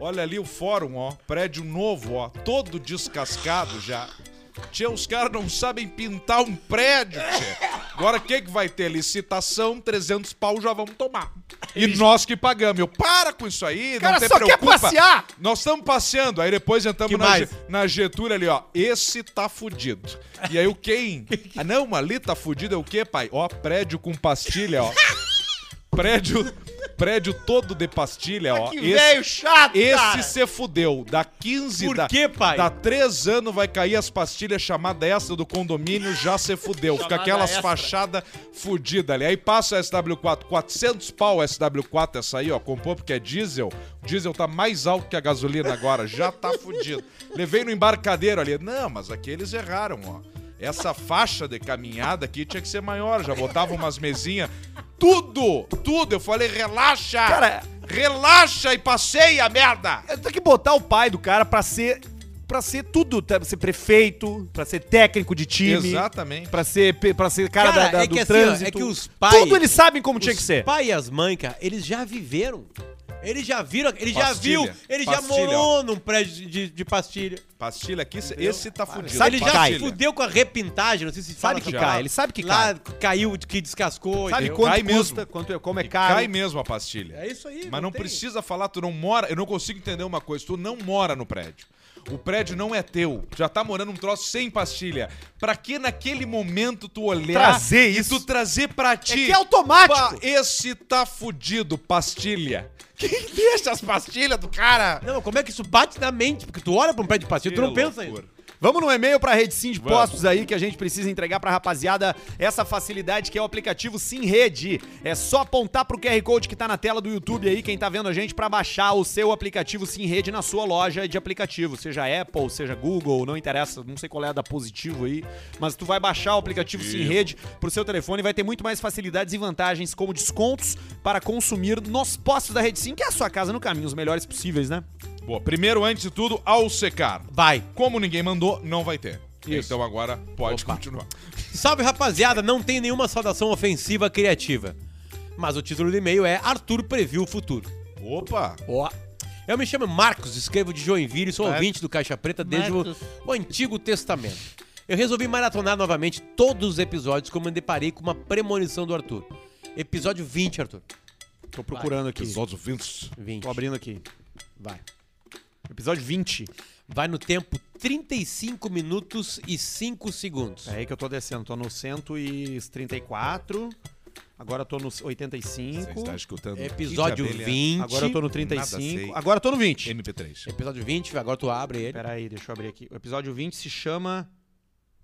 Olha ali o fórum, ó, prédio novo, ó, todo descascado já. Tia, os caras não sabem pintar um prédio, tia. Agora o que que vai ter? Licitação, 300 pau já vamos tomar. E nós que pagamos. Eu, para com isso aí, Cara, não te só quer preocupa. passear! Nós estamos passeando, aí depois entramos Que na, mais? Ge- na Getúlio ali, ó. Esse tá fudido. E aí o <laughs> quem? Ah, não, ali tá fudido é o quê, pai? Ó, prédio com pastilha, ó. Prédio, prédio todo de <laughs> pastilha, ó. Que Esse- velho chato, esse cara. se fudeu. Da 15 Por da. quê, pai? Da 3 anos vai cair as pastilhas chamada extra do condomínio, já se fudeu. Fica aquelas fachadas fudidas ali. Aí passa a SW4, 400 pau a SW4 essa aí, ó. Compor porque é diesel. O diesel tá mais alto que a gasolina agora, já tá fudido. Levei no embarcadeiro ali. Não, mas aqui eles erraram, ó. Essa faixa de caminhada aqui tinha que ser maior, já botava umas mesinhas. Tudo! Tudo! Eu falei, relaxa! Cara, Relaxa e passeia, merda! Tem que botar o pai do cara pra ser... Pra ser tudo, tá? pra ser prefeito, pra ser técnico de time. Exatamente. Pra ser, pe- pra ser cara, Cara, da, da- é do que assim, ó, trânsito. é que os pais- Tudo eles sabem como tinha que ser. Os pai e as mães, cara, eles já viveram. Eles já viram, ele já Pastilha. viu, ele já Pastilha, morou num prédio de, de pastilha. Pastilha aqui, esse tá fudido. Sabe ele que já cai. se fudeu com a repintagem, não sei se Sabe fala que essa cai, palavra. ele sabe que Lá caiu, que descascou. Sabe entendeu? quanto Cai custa, mesmo. quanto é, como é caro. Cai mesmo a pastilha. É isso aí. Mas não tem. precisa falar, tu não mora. Eu não consigo entender uma coisa. Tu não mora no prédio. O prédio não é teu. Tu Já tá morando um troço sem pastilha. Pra que naquele momento tu olhar Trazer e isso. tu trazer pra É ti? que é automático. Pá, esse tá fudido, pastilha. Quem deixa as pastilhas do cara? Não, como é que isso bate na mente? Porque tu olha pra um prédio de pastilha, tu não pensa isso. Vamos no e-mail pra Rede Sim de Vamos. Postos aí que a gente precisa entregar pra rapaziada essa facilidade que é o aplicativo Sim Rede. É só apontar pro QR Code que tá na tela do YouTube aí, quem tá vendo a gente, pra baixar o seu aplicativo Sim Rede na sua loja de aplicativo, seja Apple, seja Google, não interessa, não sei qual é a da positivo aí, mas tu vai baixar o aplicativo Sim Rede pro seu telefone e vai ter muito mais facilidades e vantagens como descontos para consumir nos postos da Rede Sim, que é a sua casa no caminho, os melhores possíveis, né? Boa, primeiro, antes de tudo, ao secar. Vai. Como ninguém mandou, não vai ter. Então agora pode continuar. Salve rapaziada, não tem nenhuma saudação ofensiva criativa. Mas o título do e-mail é Arthur previu o futuro. Opa! Ó. Eu me chamo Marcos, escrevo de Joinville, sou ouvinte do Caixa Preta desde o, o Antigo Testamento. Eu resolvi maratonar novamente todos os episódios como eu me deparei com uma premonição do Arthur. Episódio 20, Arthur. Tô procurando aqui. Episódios vindos. 20. Tô abrindo aqui. Vai. Episódio 20. Vai no tempo 35 minutos e 5 segundos. É aí que eu tô descendo. Tô no 134. Agora eu tô no 85. escutando? Episódio Kid Abelha, 20. Agora eu tô no Nada sei. 35. Agora eu tô no 20. MP3. Episódio 20, agora tu abre ele. Pera aí, deixa eu abrir aqui. O episódio 20 se chama.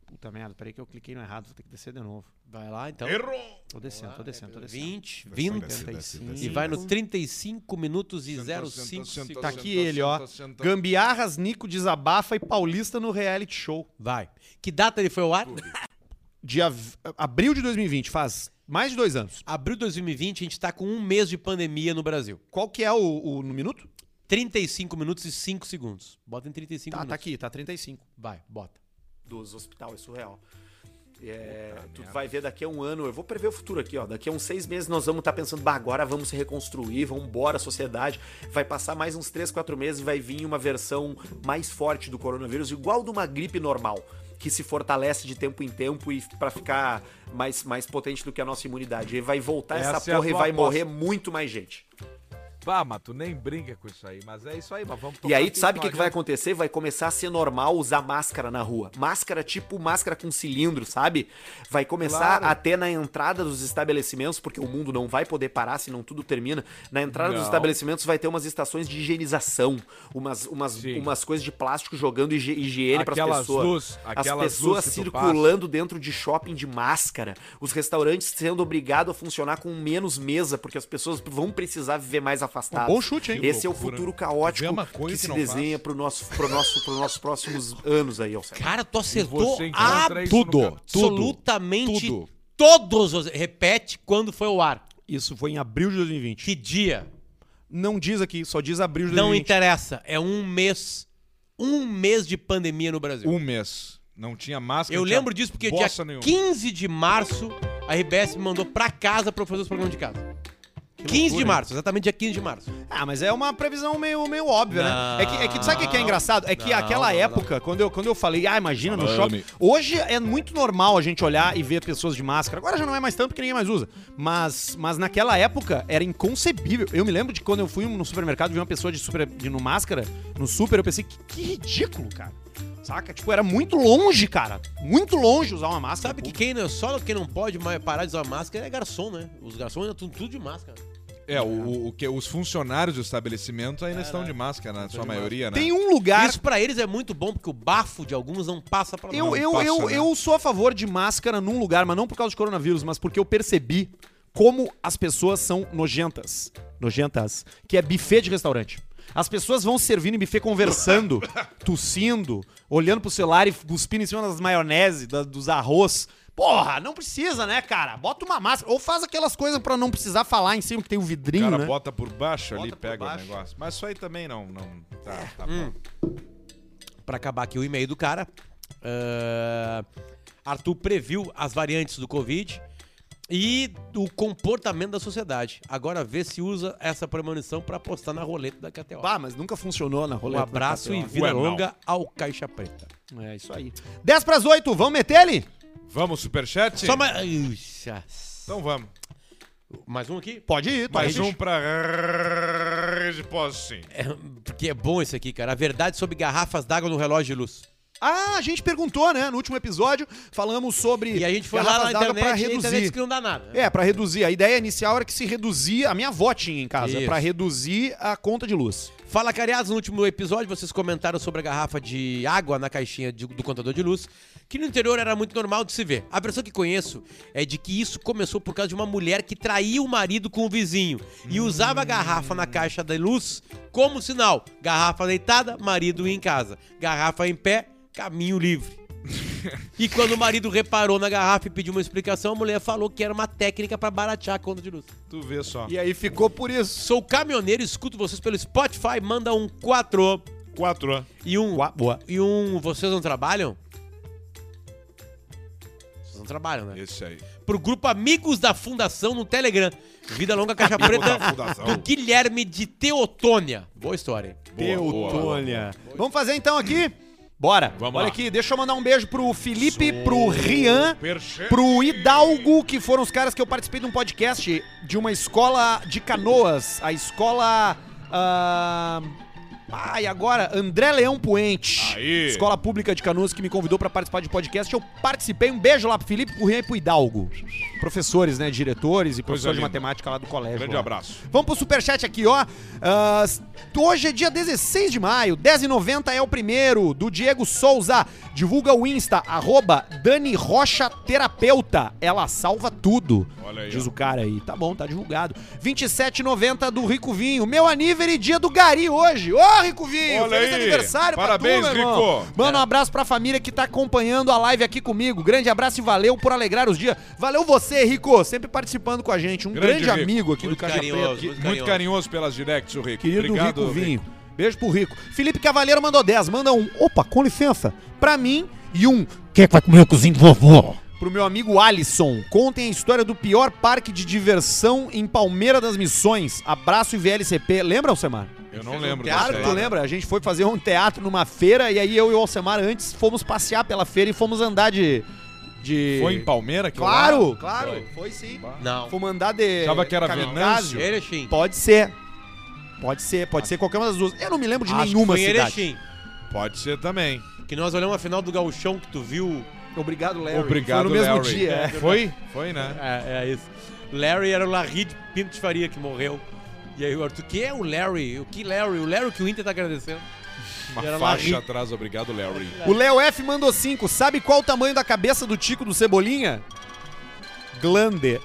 Puta merda, peraí que eu cliquei no errado, vou ter que descer de novo. Vai lá então. Errou! Tô descendo, tô descendo, tô descendo. 20, 20. Desce, desce, desce. E vai no 35 minutos e Senta, 05 senta, segundos. Tá senta, aqui senta, ele, ó. senta, senta. Gambiarras, Nico desabafa e Paulista no reality show. Vai. Que data ele foi ao ar? Dia v- abril de 2020, faz mais de dois anos. Abril de 2020, a gente tá com um mês de pandemia no Brasil. Qual que é o, o no minuto? 35 minutos e 5 segundos. Bota em 35 Tá, tá minutos. aqui, tá 35. Vai, bota. dos hospital, é surreal. É, tu vai ver daqui a um ano, eu vou prever o futuro aqui, ó. Daqui a uns seis meses nós vamos estar pensando, bah, agora vamos se reconstruir, vamos embora a sociedade. Vai passar mais uns três, quatro meses e vai vir uma versão mais forte do coronavírus, igual de uma gripe normal, que se fortalece de tempo em tempo e pra ficar mais, mais potente do que a nossa imunidade. E vai voltar essa, Essa é a porra e tua vai aposta. morrer muito mais gente. Pá, Ah, mas tu nem brinca com isso aí. Mas é isso aí, mas vamos E aí, tu sabe o que, que vai acontecer? Vai começar a ser normal usar máscara na rua. Máscara tipo máscara com cilindro, sabe? Vai começar Claro. a ter na entrada dos estabelecimentos, porque o mundo não vai poder parar, senão tudo termina. Na entrada dos Não. estabelecimentos vai ter umas estações de higienização, umas, umas, Sim. umas coisas de plástico jogando higi- higiene para as Aquelas pessoas. luz, as aquelas pessoas luz que tu circulando dentro de shopping de máscara. Os restaurantes sendo obrigados a funcionar com menos mesa, porque as pessoas vão precisar viver Um mais afastadas. Bom chute, hein? Esse é o loucura. futuro né? caótico Vê uma coisa que se que não desenha pro nosso, pro nosso, pro nossos próximos anos aí, Alceu. Cara, tu acertou você encontra isso no tudo, canto. absolutamente Tudo. todos os... Repete quando foi ao ar. Isso foi em abril de 2020. Que dia? Não diz aqui, só diz abril de Não 2020. interessa. É um mês. Um mês de pandemia no Brasil. Um mês. Não tinha máscara. Eu não tinha lembro disso porque dia bosta nenhuma. 15 de março a RBS me mandou pra casa pra eu fazer os programas de casa. 15 de março, exatamente dia 15 de março. Ah, mas é uma previsão meio, meio óbvia, Não. né? É que, é que- sabe o que é engraçado? É que Não, aquela não, não. época, Quando, eu, quando eu falei, ah, imagina no Mano. shopping. Hoje é muito normal a gente olhar e ver pessoas de máscara. Agora já não é mais tanto porque ninguém mais usa. Mas, mas naquela época era inconcebível. Eu me lembro de quando eu fui no supermercado e vi uma pessoa de, super, de no máscara, no super, eu pensei, que, que ridículo, cara. Saca? Tipo, era muito longe, cara. Muito longe usar uma máscara. Sabe que quem não, só quem não pode mais parar de usar máscara é garçom, né? Os garçons ainda estão tudo de máscara. É, o, o que os funcionários do estabelecimento ainda estão de máscara, na sua maioria, né? Tem um lugar Isso pra eles é muito bom porque o bafo de alguns não passa pra Eu, nós. eu, passa, eu, né? eu sou a favor de máscara num lugar, mas não por causa de coronavírus, mas porque eu percebi como as pessoas são nojentas. Nojentas. Que é buffet de restaurante. As pessoas vão servindo em buffet <laughs> conversando, tossindo, olhando pro celular e cuspindo em cima das maionese, da- dos arroz. Porra, não precisa, né, cara? Bota uma máscara. Ou faz aquelas coisas pra não precisar falar em cima que tem o O vidrinho, cara né? bota por baixo ali, Bota por pega baixo. o negócio. Mas isso aí também não. não tá, tá bom. Pra acabar aqui o e-mail do cara. ah, Arthur previu as variantes do Covid e o comportamento da sociedade. Agora vê se usa essa premonição pra apostar na roleta da KTO. Bah, Ah, mas nunca funcionou na Um roleta. abraço e KTO. vida Ué, não. longa ao Caixa Preta. É isso aí. 10 pras 8, vamos meter ele? Vamos, superchat? Só mais. Uxa. Então vamos. Mais um aqui? Pode ir, tá Mais aí, um pra resposta, sim. É, porque é bom esse aqui, cara. A verdade sobre garrafas d'água no relógio de luz. Ah, a gente perguntou, né? No último episódio, falamos sobre. E a gente foi lá garrafas na d'água pra internet e a internet disse reduzir. que não dá nada. né? É, pra reduzir. A ideia inicial era que se reduzia. A minha avó tinha em casa, Isso. pra reduzir a conta de luz. Fala, cariados. No último episódio, vocês comentaram sobre a garrafa de água na caixinha de- do contador de luz, que no interior era muito normal de se ver. A versão que conheço é de que isso começou por causa de uma mulher que traía o marido com o vizinho e usava a garrafa na caixa da luz como sinal. Garrafa deitada, marido em casa. Garrafa em pé, caminho livre. e quando o marido reparou na garrafa e pediu uma explicação, a mulher falou que era uma técnica pra baratear a conta de luz. Tu vê só. E aí ficou por isso. Sou caminhoneiro, escuto vocês pelo Spotify, manda um 4 Quatro, ó. e um Boa, boa. e um. Vocês não trabalham? Vocês não trabalham, né? Esse aí. Pro grupo Amigos da Fundação no Telegram. Vida Longa Caixa da Preta Fundação. do Guilherme de Teotônia. Boa história, hein? Boa, boa, boa. Vamos fazer então aqui. Bora. Vamos Olha lá. aqui, deixa eu mandar um beijo pro Felipe, pro Rian, Perche- pro Hidalgo, que foram os caras que eu participei de um podcast de uma escola de canoas, a escola. ah, Ai, agora, André Leão Puente. Aí. Escola Pública de Canoas que me convidou pra participar de podcast. Eu participei. Um beijo lá pro Felipe, pro Rian e pro Hidalgo. Professores, né? Diretores e professores de linda. matemática lá do colégio. Grande lá. abraço. Vamos pro superchat aqui, ó. Ah, hoje é dia 16 de maio, 10h90 é o primeiro, do Diego Souza. Divulga o Insta, arroba Dani Rocha Terapeuta. Ela salva tudo. Olha aí, Diz ó. o cara aí. Tá bom, tá divulgado. 27,90 do Rico Vinho. Meu aniversário e dia do Gari hoje. Ô, Rico Vinho! Olha feliz aí. aniversário Parabéns, pra tu, meu irmão. Rico. É. Manda um abraço pra família que tá acompanhando a live aqui comigo. Grande abraço e valeu por alegrar os dias. Valeu você, Rico, sempre participando com a gente. Um grande, Grande Rico. amigo aqui do Muito Caixa carinhoso, Preta. muito Que- Muito carinhoso pelas directs, o Rico. Querido Obrigado, Rico Vinho. Beijo pro Rico. Felipe Cavaleiro mandou 10. Manda um. Opa, com licença. Pra mim e um. Quem é que vai comer o cozinho do vovô? Pro meu amigo Alisson. Contem a história do pior parque de diversão em Palmeira das Missões. Abraço e VLCP. Lembra, Alcemar? Eu não lembro. Claro né? que dessa tu aí. lembra. A gente foi fazer um teatro numa feira e aí eu e o Alcemar antes fomos passear pela feira e fomos andar de. de... Foi em Palmeira que eu lá? Claro, claro. Foi. Foi, sim. Não. Fomos andar de. Achava que era kamikaze. Venâncio. Ele é Xim. Pode ser. Pode ser, pode ser qualquer uma das duas. Eu não me lembro de nenhuma foi em cidade. Erechim, Pode ser também. que nós olhamos a final do gauchão que tu viu. Obrigado, Larry. É, Obrigado, Foi no mesmo Larry. dia. é. Foi? Foi, né? É, é isso. Larry era o Larry de Pinto de Faria que morreu. E aí o Arthur, que é o Larry? O que Larry? O Larry que o Inter tá agradecendo. Uma Era lá faixa rico. atrás, obrigado, Larry. O Léo F mandou cinco. Sabe qual o tamanho da cabeça do Tico do Cebolinha? <laughs> Glande.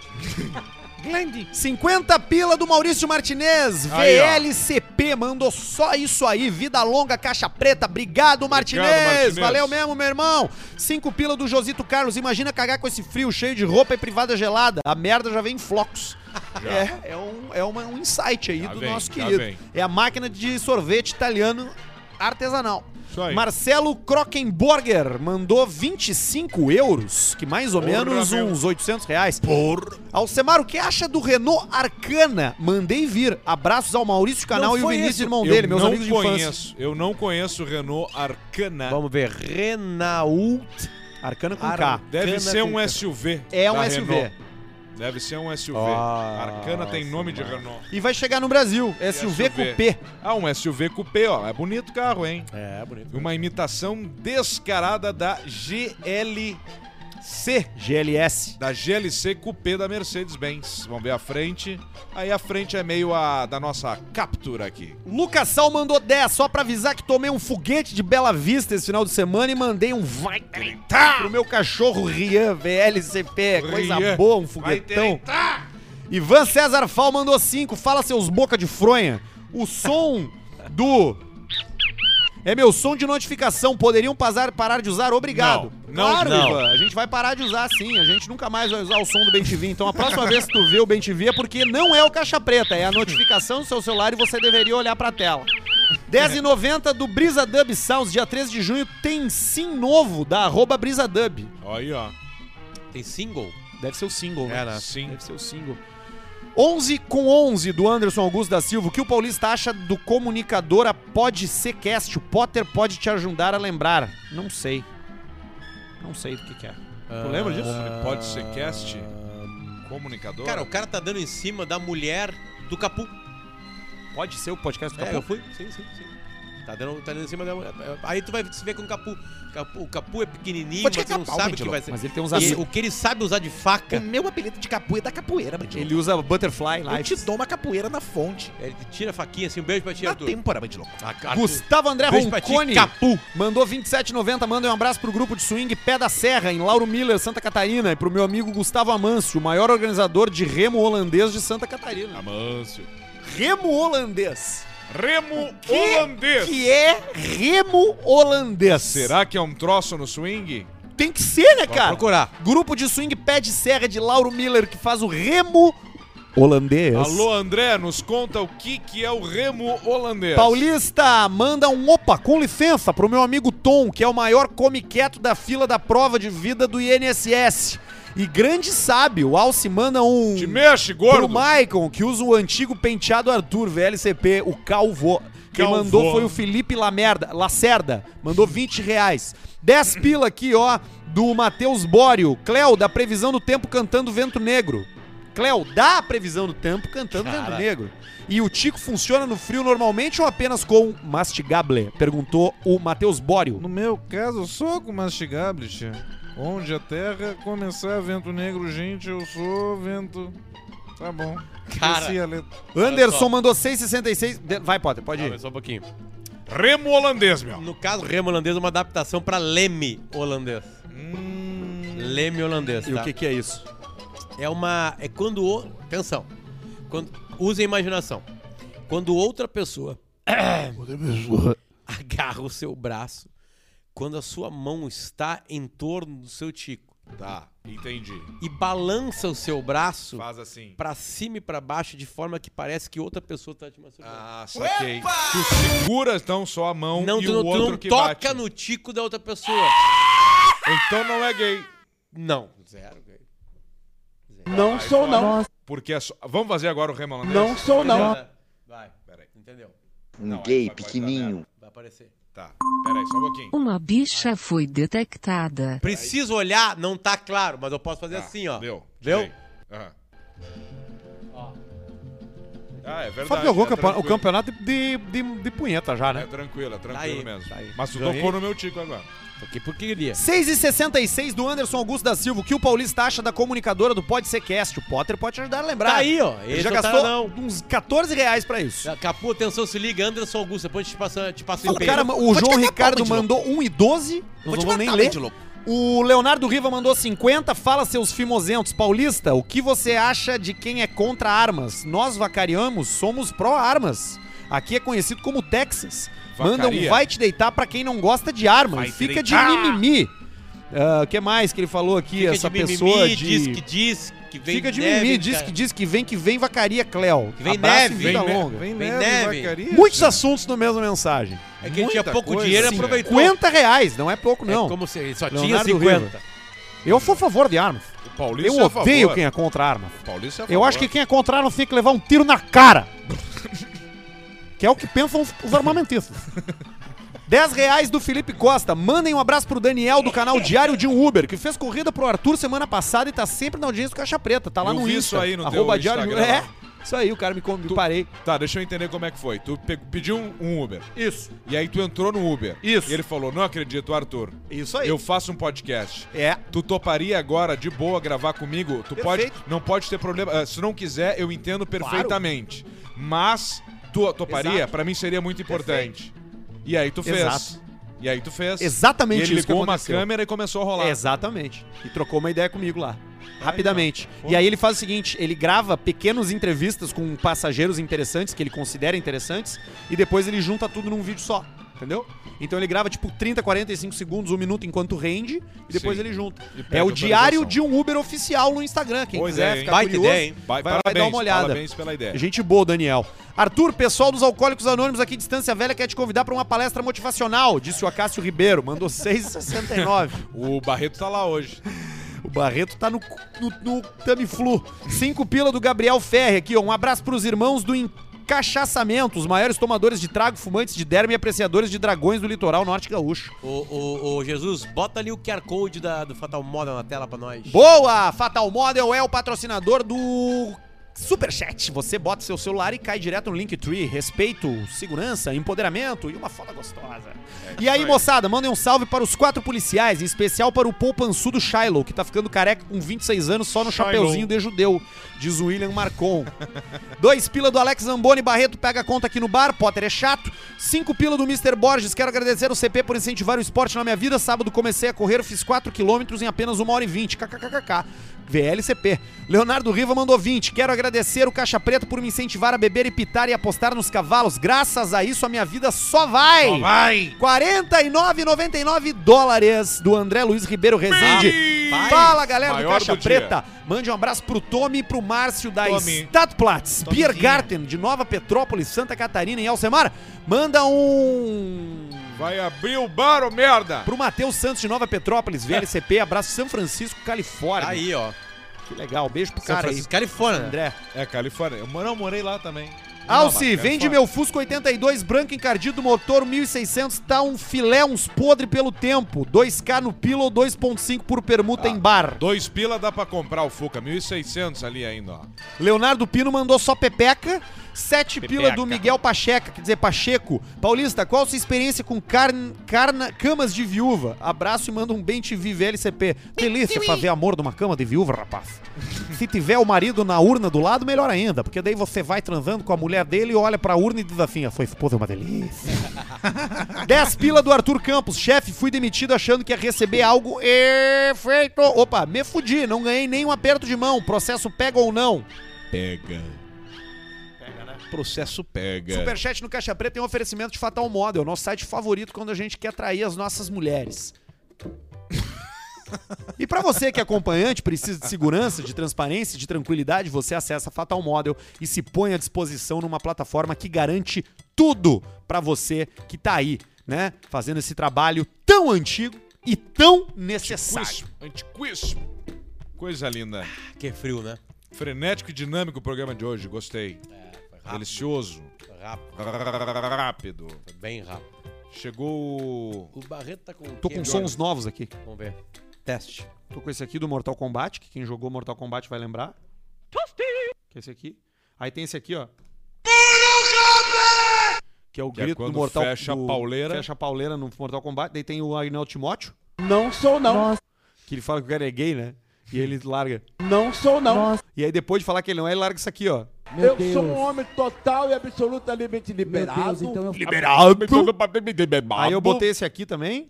Glande. 50 pila do Maurício Martinez. Aí, ó. VLCP mandou só isso aí. Vida longa, caixa preta. Obrigado, Martinez. Martinez. Valeu mesmo, meu irmão. 5 pila do Josito Carlos. Imagina cagar com esse frio cheio de roupa e privada gelada. A merda já vem em flocos. É, é um, é uma- um insight aí Já do vem, nosso já querido. vem. É a máquina de sorvete italiano artesanal. Isso aí. Marcelo Krokenborger mandou 25 euros, que mais ou Porra, menos meu. uns 800 reais. Por... Alcemar, o que acha do Renault Arcana? Mandei vir. Abraços ao Maurício Canal Não e o foi Vinícius, esse. irmão Eu dele, meus não amigos de infância. conheço, Eu não conheço o Renault Arcana. Vamos ver. Renault. Arcana com Ar- K. Deve Arcana ser um com- SUV. É um da SUV. Renault. Deve ser um SUV. Ah, Arcana tem nome de Renault. E vai chegar no Brasil. SUV, SUV. Coupé. Ah, um SUV Coupé, ó. É bonito o carro, hein? É, bonito. Uma imitação descarada da GLC. GLS. Da GLC Coupé da Mercedes-Benz. Vamos ver a frente. Aí a frente é meio a da nossa Captura aqui. Lucas Sal mandou 10, só pra avisar que tomei um foguete de Bela Vista esse final de semana e mandei um vai tentar pro meu cachorro Rian VLCP. É Coisa Rian, boa, um foguetão. Ivan César Fal mandou 5, fala seus boca de fronha. O som do... É meu som de notificação, poderiam pasar, parar de usar? Obrigado. Não, não, claro, não. Ivan, a gente vai parar de usar sim, a gente nunca mais vai usar o som do Ben TV. Então a próxima vez que tu vê o Ben TV é porque não é o caixa preta, é a notificação do seu celular e você deveria olhar pra tela. 10,90 do Brisa Dub Sounds, dia 13 de junho, tem sim novo da arroba Brisa Dub. Olha aí, ó. Tem single? Deve ser o single, né? Sim. Deve ser o single. 11 com 11 do Anderson Augusto da Silva. O que o Paulista acha do comunicadora Pode Ser Cast? O Potter pode te ajudar a lembrar. Não sei. Não sei do que, que é. Tu lembra disso? Pode ser cast? Comunicador? Cara, o cara tá dando em cima da mulher do Capu. Pode ser o podcast do É, eu fui? Sim, sim, sim. Tá dando, tá dando em cima da mulher. Aí tu vai se ver com o Capu. Capu- o Capu é pequenininho, mas Pode que é tu não Capau, sabe o que Angelo, vai ser. mas ele tem uns E azu- o que ele sabe usar de faca, meu apelido de capoeira é da capoeira, bandido. Ele usa Butterfly lá. dou uma capoeira na fonte. ele tira a faquinha assim. Um beijo pra ti, Arthur. têmpora, de louco. Ah, Arthur. Gustavo André Beijo pra ti, Roncone Capu. mandou 27,90. Manda um abraço pro grupo de swing Pé da Serra, em Lauro Miller, Santa Catarina. E pro meu amigo Gustavo Amâncio, o maior organizador de remo holandês de Santa Catarina. Amâncio. Remo holandês. Remo que- holandês. Que é remo holandês. Será que é um troço no swing? Tem que ser, né, cara? procurar. Grupo de swing Pé de Serra de Lauro Miller, que faz o remo holandês. Alô, André, nos conta o que, que é o remo holandês. Paulista, manda um opa, com licença, pro meu amigo Tom, que é o maior come quieto da fila da prova de vida do INSS. E grande sabe, o Alce manda um Te mexe, pro gordo. Maicon, que usa o antigo penteado Arthur VLCP, o calvo. Quem mandou foi o Felipe Lamerda, Lacerda. Mandou 20 reais. 10 pila aqui, ó, do Matheus Bório. Cléo, da previsão do tempo cantando Vento Negro. Cléo, dá a previsão do tempo cantando Vento Negro. E o Tico funciona no frio normalmente ou apenas com mastigable? Perguntou o Matheus Bório. No meu caso, só com mastigables, onde a terra começar vento negro, gente, eu sou vento. Tá bom. Cara. Desci a letra. Olha Anderson só. mandou 6,66. De- Vai, Potter, pode Calma, ir. só um pouquinho. Remo holandês, meu. No caso, remo holandês é uma adaptação pra leme holandês. Leme holandês, tá? Hum. E o que, que é isso? É uma... É quando... O... Atenção. Quando... Usa a imaginação. Quando <coughs> outra pessoa <coughs> agarra o seu braço quando a sua mão está em torno do seu tico Tá, entendi. e balança o seu braço Faz assim. pra cima e pra baixo de forma que parece que outra pessoa tá te masturbando. Ah, saquei. Tu segura então só a mão não, e tu o não, tu outro não que toca bate. no tico da outra pessoa. Então não é gay. Não. Zero, velho. Não sou não. Porque é só... Vamos fazer agora o Remo holandês? Não sou não. Vai, Peraí. entendeu? Um gay pequenininho. Vai aparecer. Tá, peraí, só um pouquinho. Uma bicha foi detectada. Preciso olhar, não tá claro, mas eu posso fazer Tá, assim, ó. Deu. Deu? Dei. Aham. Ah, é verdade. Fábio jogou é o campe- o tranquilo. campeonato de, de, de punheta já, É né? tranquilo, é tranquilo aí, mesmo. tá aí. Mas tu Ganhei. tocou no meu tico agora. Porque por que iria? 6,66 do Anderson Augusto da Silva. O que o Paulista acha da comunicadora do Pode Ser Cast? O Potter pode te ajudar a lembrar. Tá aí, ó. Ele Esse já é o gastou taradão. uns 14 reais pra isso. Capu, atenção, se liga, Anderson Augusto, depois te passa, te passa O, e-mail. cara, o te João catar, Ricardo Bandilobo. mandou 1,12. Não te vou nem matar, ler. Bandilobo. O Leonardo Riva mandou 50. Fala, seus fimosentos. Paulista, o que você acha de quem é contra armas? Nós, vacarianos, somos pró-armas. Aqui é conhecido como Texas. Manda um Vacaria. vai te deitar pra quem não gosta de armas. Vai te Fica de deitar. mimimi. Ah, O que mais que ele falou aqui? Fica Essa de mimimi, pessoa de... diz que diz, que vem Fica de neve, mimimi, diz cara. que diz que vem, que vem vacaria, Cléo. Que vem Abraço e neve. vida Vem ne- longa. Vem Vem neve, neve. vacaria. Muitos assuntos na mesma mensagem. É que ele tinha Muita pouco coisa, dinheiro e sim, aproveitou. 50 reais, não é pouco É não. como se ele só tinha Leonardo 50. Riva. Eu sou a favor de armas. O Paulista Eu é a odeio favor. quem é contra arma. O Paulista é a Eu favor. acho que quem é contra arma tem que levar um tiro na cara. <laughs> que é o que pensam os, os armamentistas. 10 reais do Felipe Costa. Mandem um abraço pro Daniel do canal Diário de um Uber, que fez corrida pro Arthur semana passada e tá sempre na audiência do Caixa Preta. Tá lá Eu no vi Insta. isso aí no arroba teu Diário de um- Instagram. É, isso aí, o cara me, com- me parei. Tá, deixa eu entender como é que foi. Tu pe- pediu um, um Uber. Isso, E aí tu entrou no Uber. Isso. E ele falou, não acredito, Arthur. isso aí. Eu faço um podcast. É. Tu toparia agora, de boa, gravar comigo? Tu pode, Perfeito. não pode ter problema. ah, Se não quiser, eu entendo perfeitamente. Mas tu toparia, Exato. pra mim seria muito importante. E aí tu fez. Exato. E aí tu fez. Exatamente E ele isso que ligou uma aconteceu. câmera e começou a rolar. Exatamente. E trocou uma ideia comigo lá. Rapidamente. e aí ele faz o seguinte: ele grava pequenas entrevistas com passageiros interessantes, que ele considera interessantes, e depois ele junta tudo num vídeo só. Entendeu? Então ele grava tipo 30, 45 segundos, um minuto enquanto rende, e depois Sim. ele junta. E pega É o a diário atualização. de um Uber oficial no Instagram. Quem Pois é, quiser hein? ficar Baita curioso, idea, hein? Vai, vai lá e parabéns, dá uma olhada. Parabéns pela ideia. Gente boa, Daniel. Arthur, pessoal dos Alcoólicos Anônimos aqui de Distância Velha quer te convidar para uma palestra motivacional, disse o Acácio Ribeiro. Mandou 6,69. O Barreto tá lá hoje. O Barreto tá no, no, no Tamiflu. Cinco pila do Gabriel Ferre aqui, ó. Um abraço pros irmãos do Encachaçamento, os maiores tomadores de trago, fumantes de derme e apreciadores de dragões do litoral norte gaúcho. Ô, ô, ô, Jesus, bota ali o QR Code da, do Fatal Model na tela pra nós. Boa! Fatal Model é o patrocinador do Superchat. Você bota seu celular e cai direto no Linktree. Respeito, segurança, empoderamento e uma foda gostosa. e aí, moçada, mandem um salve para os quatro policiais, em especial para o poupançudo Shiloh, que tá ficando careca com 26 anos só no chapeuzinho de judeu, diz William <laughs> Marcon. Dois pila do Alex Zamboni Barreto pega a conta aqui no bar, Potter é chato. Cinco pila do Mr. Borges, quero agradecer ao CP por incentivar o esporte na minha vida. Sábado comecei a correr, fiz 4 quilômetros em apenas 1 hora e 20. KKKKK. VLCP. Leonardo Riva mandou 20. Quero agradecer o Caixa Preta por me incentivar a beber e pitar e apostar nos cavalos. Graças a isso, a minha vida só vai. Só vai. 49,99 dólares do André Luiz Ribeiro Rezende. Vai. Fala, galera do Maior Caixa do dia. Preta. Mande um abraço pro Tommy e pro Márcio da Tommy. Stadtplatz, Biergarten, de Nova Petrópolis, Santa Catarina, em Alcemar. Manda um. Vai abrir o bar, ô merda! Pro Matheus Santos, de Nova Petrópolis, <laughs> VLCP. Abraço, São Francisco, Califórnia. Tá Aí, ó. Que legal. Beijo pro São cara aí. Francisco, Califórnia. né? André. É, Califórnia. Eu moro- não morei lá também. Alci, quero vende falar. meu Fusco 82 branco encardido, motor 1600, tá um filé, uns podre pelo tempo. 2K no pila ou 2.5 por Ah. permuta em bar. Dois pila dá pra comprar o Fuca, 1.600 ali ainda, ó. Leonardo Pino mandou só pepeca. Sete Pepeca. pila do Miguel Pacheca, quer dizer, Pacheco. Paulista, qual a sua experiência com carne, carna, camas de viúva? Abraço e manda um bem te vive LCP. Delícia fazer amor numa cama de viúva, rapaz. Se tiver o marido na urna do lado, melhor ainda, porque daí você vai transando com a mulher dele e olha pra urna e diz assim, a sua esposa é uma delícia. 10 pila do Arthur Campos. Chefe, fui demitido achando que ia receber algo efeito. Opa, me fudi, não ganhei nem um aperto de mão. Processo pega ou não. Pega. né? Processo pega. Superchat no Caixa Preta tem um oferecimento de Fatal Model, nosso site favorito quando a gente quer atrair as nossas mulheres. E pra você que é acompanhante, precisa de segurança, de transparência, de tranquilidade, você acessa Fatal Model e se põe à disposição numa plataforma que garante tudo pra você que tá aí, né, fazendo esse trabalho tão antigo e tão necessário. Antiquíssimo. Antiquíssimo. Coisa linda. Que frio, né? Frenético e dinâmico o programa de hoje, gostei. Delicioso. Rápido, Rápido. bem rápido. Chegou o. O Barreto tá com. Tô com sons novos aqui. Vamos ver. Teste. Tô com esse aqui do Mortal Kombat, que quem jogou Mortal Kombat vai lembrar. Que é esse aqui. Aí tem esse aqui, ó. Que é o Que é grito do quando Mortal fecha a do- pauleira. Fecha a pauleira no Mortal Kombat. Daí tem o Agnel Timóteo, Não sou não. que ele fala que o cara é gay, né? E ele larga. Não sou não. E aí depois de falar que ele não é, ele larga isso aqui, ó. eu sou um homem total e absolutamente liberado. então Liberado! Aí eu <laughs> botei esse aqui também.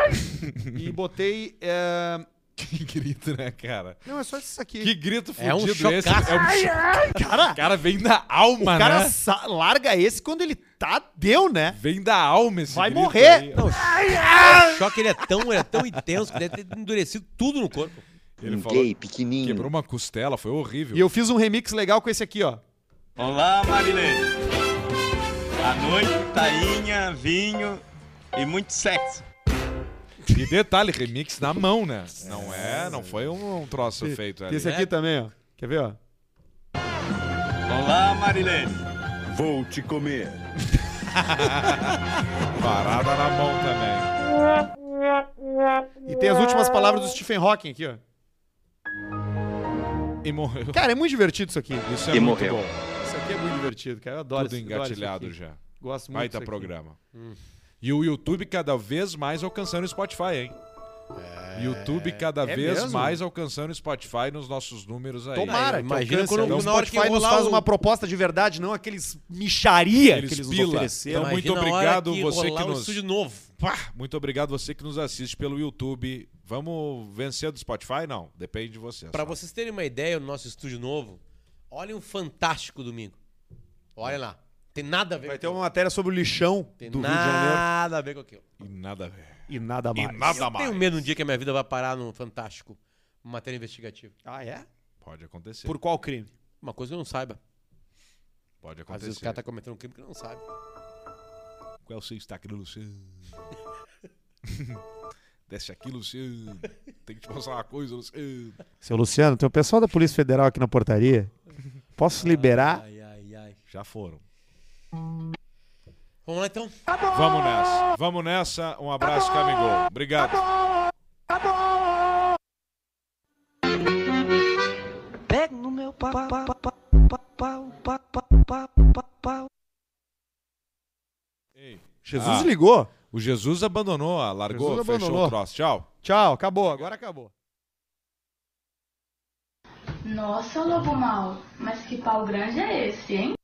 <laughs> e botei. é, Que grito, né, cara? Não, é só esse aqui. Que grito fudido É um esse. chocaço. É um cho- Cara, O cara vem da alma, o cara né? sa- larga esse quando ele tá. Deu, né? Vem da alma esse Vai grito morrer. aí. O choque ele é tão, ele é tão intenso que deve ter endurecido tudo no corpo. Ele falou. um Gay, pequenininho. Quebrou uma costela, foi horrível. E eu fiz um remix legal com esse aqui, ó. Olá, Marilene. A noite, tainha, vinho e muito sexo. E detalhe, remix na mão, né? Não é, não foi um, um troço feito ali. Esse É. aqui também, ó. Quer ver, ó? Olá, Marilene. Vou te comer. Parada na mão também. E tem as últimas palavras do Stephen Hawking aqui, ó. E morreu. Cara, é muito divertido isso aqui. Isso é muito bom. Isso aqui é muito divertido, cara. Eu adoro Tudo isso- adoro isso engatilhado aqui. já. tá Gosto muito Baita disso aqui. Hum. programa. E o YouTube cada vez mais alcançando o Spotify, hein? YouTube cada É vez mesmo? mais alcançando o Spotify nos nossos números aí. Tomara, Aí, que imagina alcance, quando- né? o na hora que Spotify nos rolar faz o- uma proposta de verdade, não aqueles micharia Aqueles que eles nos pila. ofereceram. Então, muito Imagina a hora obrigado que você rolar que um nos- estúdio novo. Pá, muito obrigado você que nos assiste pelo YouTube. Vamos vencer do Spotify? Não, depende de você. Pra só. vocês terem uma ideia do nosso estúdio novo, olhem um fantástico domingo. Olhem lá. Tem nada a ver Vai com ter aquilo. uma matéria sobre o lixão Tem do Rio de Janeiro. nada a ver com aquilo. E nada a ver. E nada E mais. nada mais. Tenho medo um dia que a minha vida vai parar num fantástico matéria investigativa. Ah, é? Pode acontecer. Por qual crime? Uma coisa que eu não saiba. Pode Às acontecer. vezes o cara tá cometendo um crime que não sabe. Qual é o seu Instagram, Luciano? Desce aqui, Luciano. Tem que te mostrar uma coisa, Luciano. Seu Luciano, tem o pessoal da Polícia Federal aqui na portaria. Posso liberar? Ai, ai, ai. Já foram. Vamos lá então. Vamos nessa. Vamos nessa. Um abraço, Camigol. Obrigado. Pega no meu pau, pau, pau, pau, pau, pau, pau, pau, pau. Ei, Jesus Ah. ligou. O Jesus abandonou, ah, largou, Jesus fechou abandonou. o troço. Tchau. Tchau, acabou, agora acabou. Nossa, lobo mal, mas que pau grande é esse, hein?